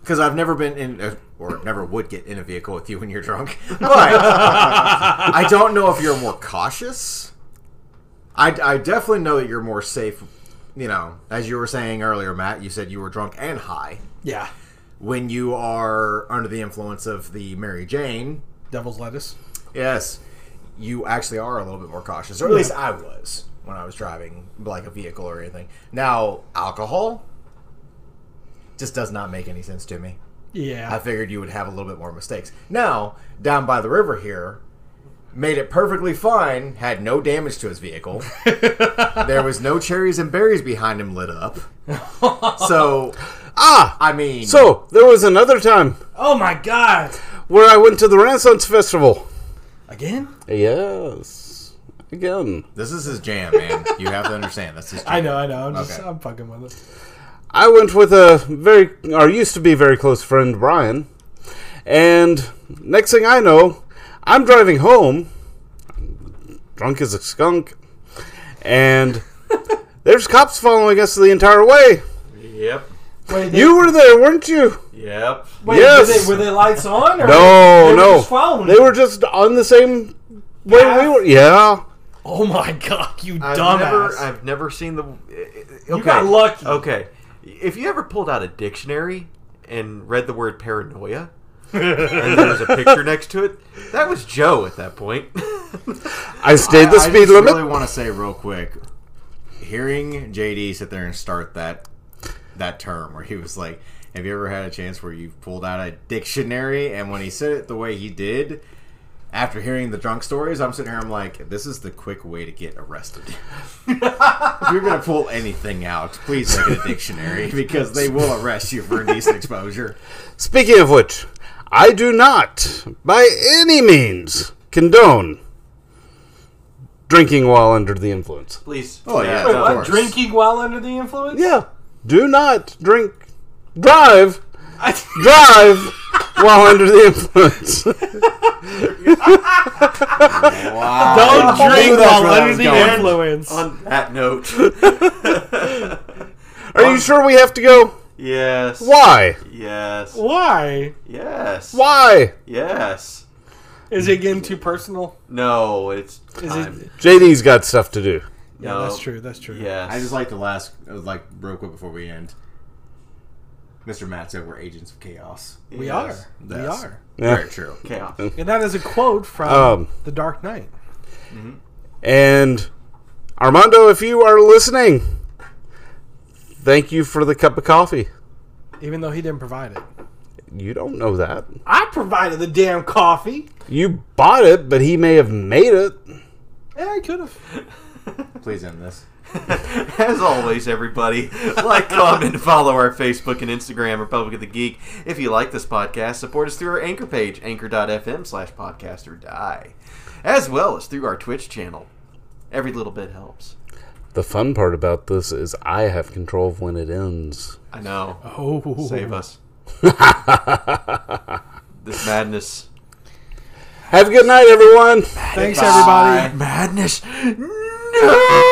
S2: because I've never been in a, or never would get in a vehicle with you when you're drunk. But I don't know if you're more cautious. I, I definitely know that you're more safe you know, as you were saying earlier, Matt, you said you were drunk and high.
S3: Yeah.
S2: When you are under the influence of the Mary Jane,
S3: Devil's lettuce.
S2: yes, you actually are a little bit more cautious. Or at least I was when I was driving like a vehicle or anything. Now, alcohol just does not make any sense to me.
S3: Yeah.
S2: I figured you would have a little bit more mistakes. Now, down by the river here, made it perfectly fine, had no damage to his vehicle. there was no cherries and berries behind him lit up. So,
S1: Ah,
S2: I mean,
S1: so there was another time
S3: oh my god.
S1: where I went to the Renaissance Festival.
S3: Again?
S1: Yes, again.
S2: this is his jam, man. You have to understand. That's his jam.
S3: I know, I know. I'm just
S2: Okay.
S3: I'm fucking with it.
S1: I went with a very, or used to be very close friend, Brian. And next thing I know, I'm driving home, drunk as a skunk, and there's cops following us the entire way.
S4: Yep.
S3: Wait, they,
S1: You were there, weren't you?
S4: Yep.
S3: wait
S1: yes.
S3: were, they, were they lights on?
S1: No,
S3: Or they were
S1: no.
S3: just following
S1: they
S3: you?
S1: were just on the same way we were. Yeah.
S3: Oh my god, you
S4: I've
S3: dumbass.
S4: never, I've never seen the. eh, Okay.
S3: You got lucky.
S4: Okay. If you ever pulled out a dictionary and read the word paranoia, and there was a picture next to it, that was Joe at that point.
S1: I stayed the
S2: I
S1: speed
S2: just
S1: limit.
S2: really want to say real quick, hearing JD sit there and start that that term where he was like, "Have you ever had a chance where you pulled out a dictionary?" And when he said it the way he did. After hearing the drunk stories, I'm sitting here. I'm like, this is the quick way to get arrested. if you're gonna pull anything out, please make it a dictionary because they will arrest you for indecent exposure.
S1: Speaking of which, I do not, by any means, condone drinking while under the influence.
S4: Please.
S2: Oh yeah,
S3: Wait,
S2: of
S3: what?
S2: course.
S3: Drinking while under the influence?
S1: Yeah, do not drink, drive,
S3: I,
S1: drive while under the influence.
S2: Wow.
S3: don't
S2: I knew
S3: drink
S2: that's
S3: while
S2: where that
S3: under
S2: was
S3: the
S2: going.
S3: influence.
S4: On that note.
S1: Are you sure we have to go?
S4: yes.
S1: Why?
S4: Yes.
S3: Why?
S4: Yes.
S1: Why?
S4: Yes.
S3: Is it getting too personal?
S4: No, it's.
S3: Is
S4: time.
S3: it?
S1: JD's got stuff to do.
S4: No.
S3: that's true. That's true.
S4: Yes.
S2: I just like the last, like, real quick before we end. Mr. Matt said we're agents of chaos.
S3: We
S4: Yes.
S3: are.
S2: Yes.
S3: We are.
S1: Yeah.
S2: Very true.
S4: Chaos.
S3: And that is a quote from
S1: Um,
S3: The Dark Knight.
S1: And Armando, if you are listening, thank you for the cup of coffee.
S3: Even though he didn't provide it.
S1: You don't know that.
S3: I provided the damn coffee.
S1: You bought it, but he may have made it.
S3: Yeah, I could have.
S2: Please end this.
S4: As always, everybody, like, comment, and follow our Facebook and Instagram, Republic of the Geek. If you like this podcast, support us through our anchor page, anchor.fm slash podcast or die, as well as through our Twitch channel. Every little bit helps.
S1: The fun part about this is I have control of when it ends.
S4: I know.
S3: Oh,
S4: Save us. this madness.
S1: Have a good night, everyone.
S3: thanks everybody.
S4: Madness. No!